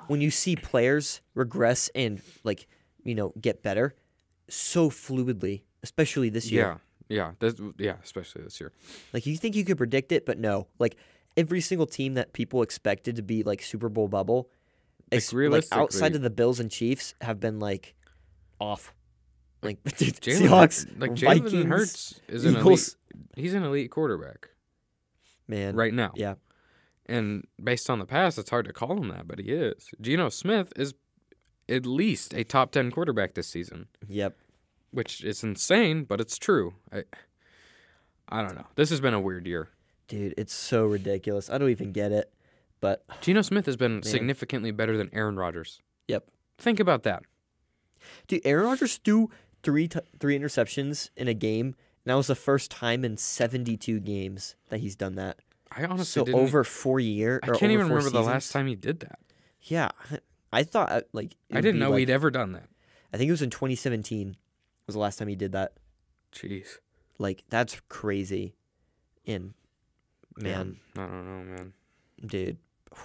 S1: when you see players regress and like you know get better so fluidly, especially this year.
S2: Yeah. Yeah. That's, yeah. Especially this year.
S1: Like you think you could predict it, but no. Like every single team that people expected to be like Super Bowl bubble, ex- like outside
S2: realistically-
S1: of the Bills and Chiefs, have been like off. Like dude,
S2: Jalen-
S1: Seahawks,
S2: like
S1: Vikings,
S2: Jalen Hurts is an elite.
S1: Eagles.
S2: He's an elite quarterback
S1: man.
S2: right now.
S1: Yeah.
S2: And based on the past, it's hard to call him that, but he is. Geno Smith is at least a top ten quarterback this season,
S1: Yep.
S2: which is insane, but it's true. I, I don't know. This has been a weird year.
S1: Dude, it's so ridiculous. I don't even get it. But
S2: Geno Smith has been significantly better than Aaron Rodgers.
S1: yep.
S2: Think about that.
S1: Dude, Aaron Rodgers threw three t- three interceptions in a game, and that was the first time in 72 games that he's done that.
S2: I honestly
S1: So
S2: didn't, e-
S1: over 4 year
S2: I
S1: or
S2: can't
S1: over
S2: even
S1: four
S2: remember the last
S1: seasons.
S2: time he did that.
S1: Yeah. I thought uh, like it
S2: I
S1: would
S2: didn't
S1: be,
S2: know
S1: like,
S2: he'd ever done that.
S1: I think it was in 2017 was the last time he did that.
S2: Jeez.
S1: Like that's crazy. And man,
S2: I don't know, man.
S1: dude.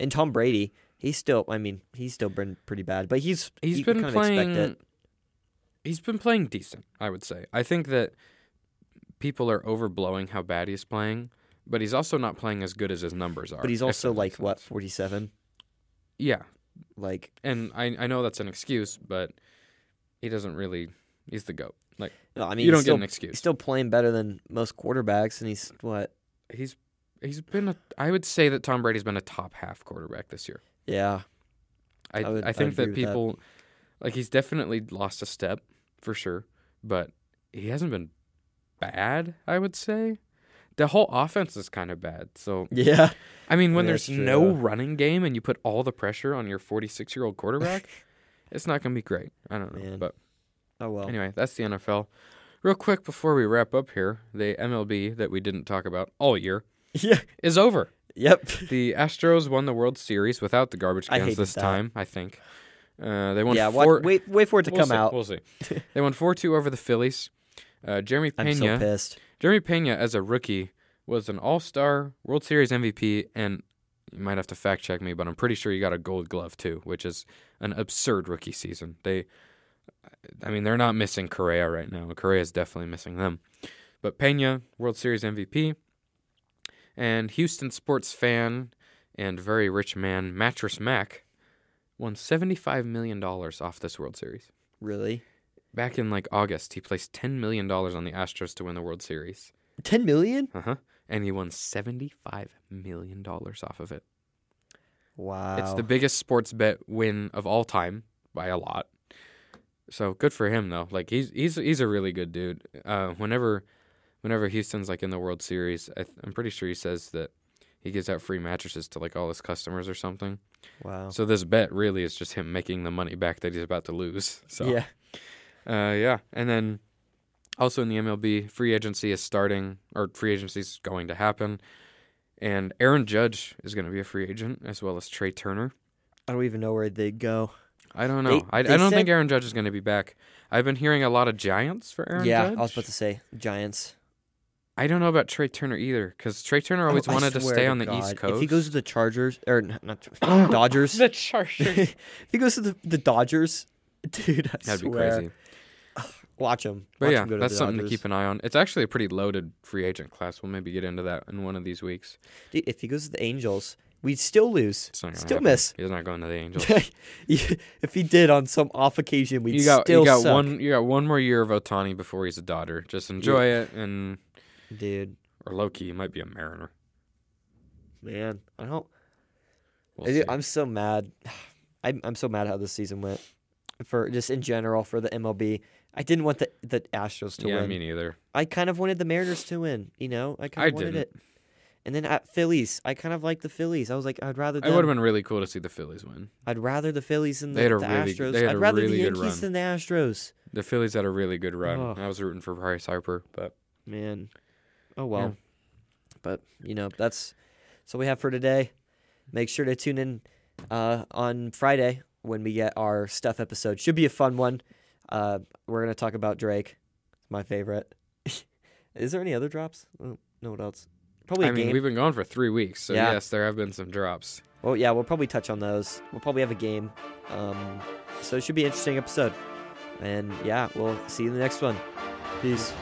S1: And Tom Brady, he's still I mean, he's still been pretty bad, but he's
S2: He's
S1: you
S2: been
S1: kind of expect it.
S2: playing. He's been playing decent, I would say. I think that people are overblowing how bad he's playing, but he's also not playing as good as his numbers are.
S1: But he's
S2: if
S1: also
S2: that
S1: like
S2: makes
S1: what,
S2: sense.
S1: 47?
S2: Yeah,
S1: Like
S2: and I I know that's an excuse, but he doesn't really. He's the goat. Like
S1: no, I mean,
S2: you
S1: he's
S2: don't
S1: still,
S2: get an
S1: he's
S2: excuse.
S1: still playing better than most quarterbacks, and he's what?
S2: he's he's been a. I would say that Tom Brady's been a top half quarterback this year.
S1: Yeah,
S2: I,
S1: I would-
S2: I
S1: I
S2: think
S1: agree
S2: that
S1: with that.
S2: people like he's definitely lost a step for sure, but he hasn't been bad, I would say. The whole offense is kind of bad. So
S1: yeah,
S2: I mean when
S1: Yeah,
S2: there's
S1: that's true,
S2: no
S1: yeah.
S2: running game and you put all the pressure on your forty six year old quarterback, it's not gonna be great. I don't know.
S1: Man.
S2: But
S1: Oh well.
S2: anyway, that's the NFL. Real quick before we wrap up here, the MLB that we didn't talk about all year
S1: Yeah.
S2: is over.
S1: Yep.
S2: The Astros won the World Series without the garbage
S1: I
S2: cans
S1: hated
S2: this
S1: that.
S2: time, I think. Uh, they won
S1: yeah. wa-
S2: four.
S1: wait. Wait for it to
S2: we'll
S1: come
S2: see,
S1: out.
S2: We'll see. they won four two over the Phillies. Uh, Jeremy
S1: I'm so
S2: Pena.
S1: pissed.
S2: Jeremy Pena, as a rookie, was an All Star, World Series MVP, and you might have to fact check me, but I'm pretty sure he got a Gold Glove too, which is an absurd rookie season. They, I mean, they're not missing Correa right now. Correa's definitely missing them, but Pena, World Series MVP, and Houston sports fan and very rich man Mattress Mac won 75 million dollars off this World Series.
S1: Really.
S2: Back in like August, he placed ten million dollars on the Astros to win the World Series.
S1: Ten million?
S2: Uh huh. And he won seventy-five million dollars off of it.
S1: Wow.
S2: It's the biggest sports bet win of all time by a lot. So good for him though. Like he's he's he's a really good dude. Uh, whenever, whenever Houston's like in the World Series, I, th- I'm pretty sure he says that he gives out free mattresses to like all his customers or something.
S1: wow.
S2: So this bet really is just him making the money back that he's about to lose. So
S1: Yeah.
S2: uh, yeah, and then also in the MLB, free agency is starting, or free agency is going to happen, and Aaron Judge is going to be a free agent as well as Trey Turner.
S1: I don't even know where they go.
S2: I don't know.
S1: They-
S2: I,
S1: they
S2: I don't think
S1: said-
S2: Aaron Judge is going to be back. I've been hearing a lot of Giants for Aaron
S1: yeah.
S2: Judge.
S1: I was about to say Giants.
S2: I don't know about Trey Turner either, because Trey Turner always
S1: Oh, I
S2: wanted to
S1: swear
S2: stay on the
S1: God,
S2: East Coast.
S1: If he goes to the Chargers or n- not Ch- Dodgers,
S2: the Chargers,
S1: if he goes to the, the Dodgers, dude, I
S2: that'd be
S1: swear,
S2: crazy.
S1: Watch him.
S2: But
S1: Watch
S2: yeah,
S1: him go to
S2: that's
S1: the
S2: something to
S1: Dodgers.
S2: keep an eye on. It's actually a pretty loaded free agent class. We'll maybe get into that in one of these weeks.
S1: Dude, if he goes to the Angels, we'd still lose.
S2: It's not gonna
S1: Still
S2: happen.
S1: miss.
S2: He's not going to the Angels.
S1: if he did on some off occasion, we'd
S2: you got
S1: still
S2: you got
S1: suck.
S2: one you got one more year of Otani before he's a Dodger. Just enjoy it and
S1: Dude,
S2: or Loki, he might be a Mariner.
S1: man, I don't.
S2: We'll
S1: I do-
S2: see.
S1: I'm so mad. I'm I'm so mad how this season went. For just in general for the MLB, I didn't want the the Astros to
S2: yeah,
S1: win.
S2: me neither.
S1: I kind of wanted the Mariners to win. You know, I kind
S2: I
S1: of wanted
S2: didn't.
S1: it. And then at Phillies, I kind of liked the Phillies. I was like, I'd rather
S2: It would have
S1: them,
S2: been really cool to see the Phillies win.
S1: I'd rather the Phillies than the,
S2: They had a
S1: the
S2: really-
S1: Astros.
S2: they had
S1: I'd
S2: a
S1: rather
S2: really
S1: the
S2: good
S1: Yankees
S2: run.
S1: than the Astros.
S2: The Phillies had a really good run.
S1: Ugh.
S2: I was rooting for Bryce Harper, but
S1: Man. Oh well. But you know, that's so we have for today. Make sure to tune in uh, on Friday when we get our stuff episode. Should be a fun one. Uh, we're gonna talk about Drake. It's my favorite. Is there any other drops? I don't know Oh, what else. probably a
S2: I mean,
S1: game.
S2: we've been gone for three weeks, so
S1: Yeah.
S2: yes, there have been some drops.
S1: Well, Oh, yeah, we'll probably touch on those. We'll probably have a game. Um, so it should be an interesting episode. And yeah, we'll see you in the next one. Peace.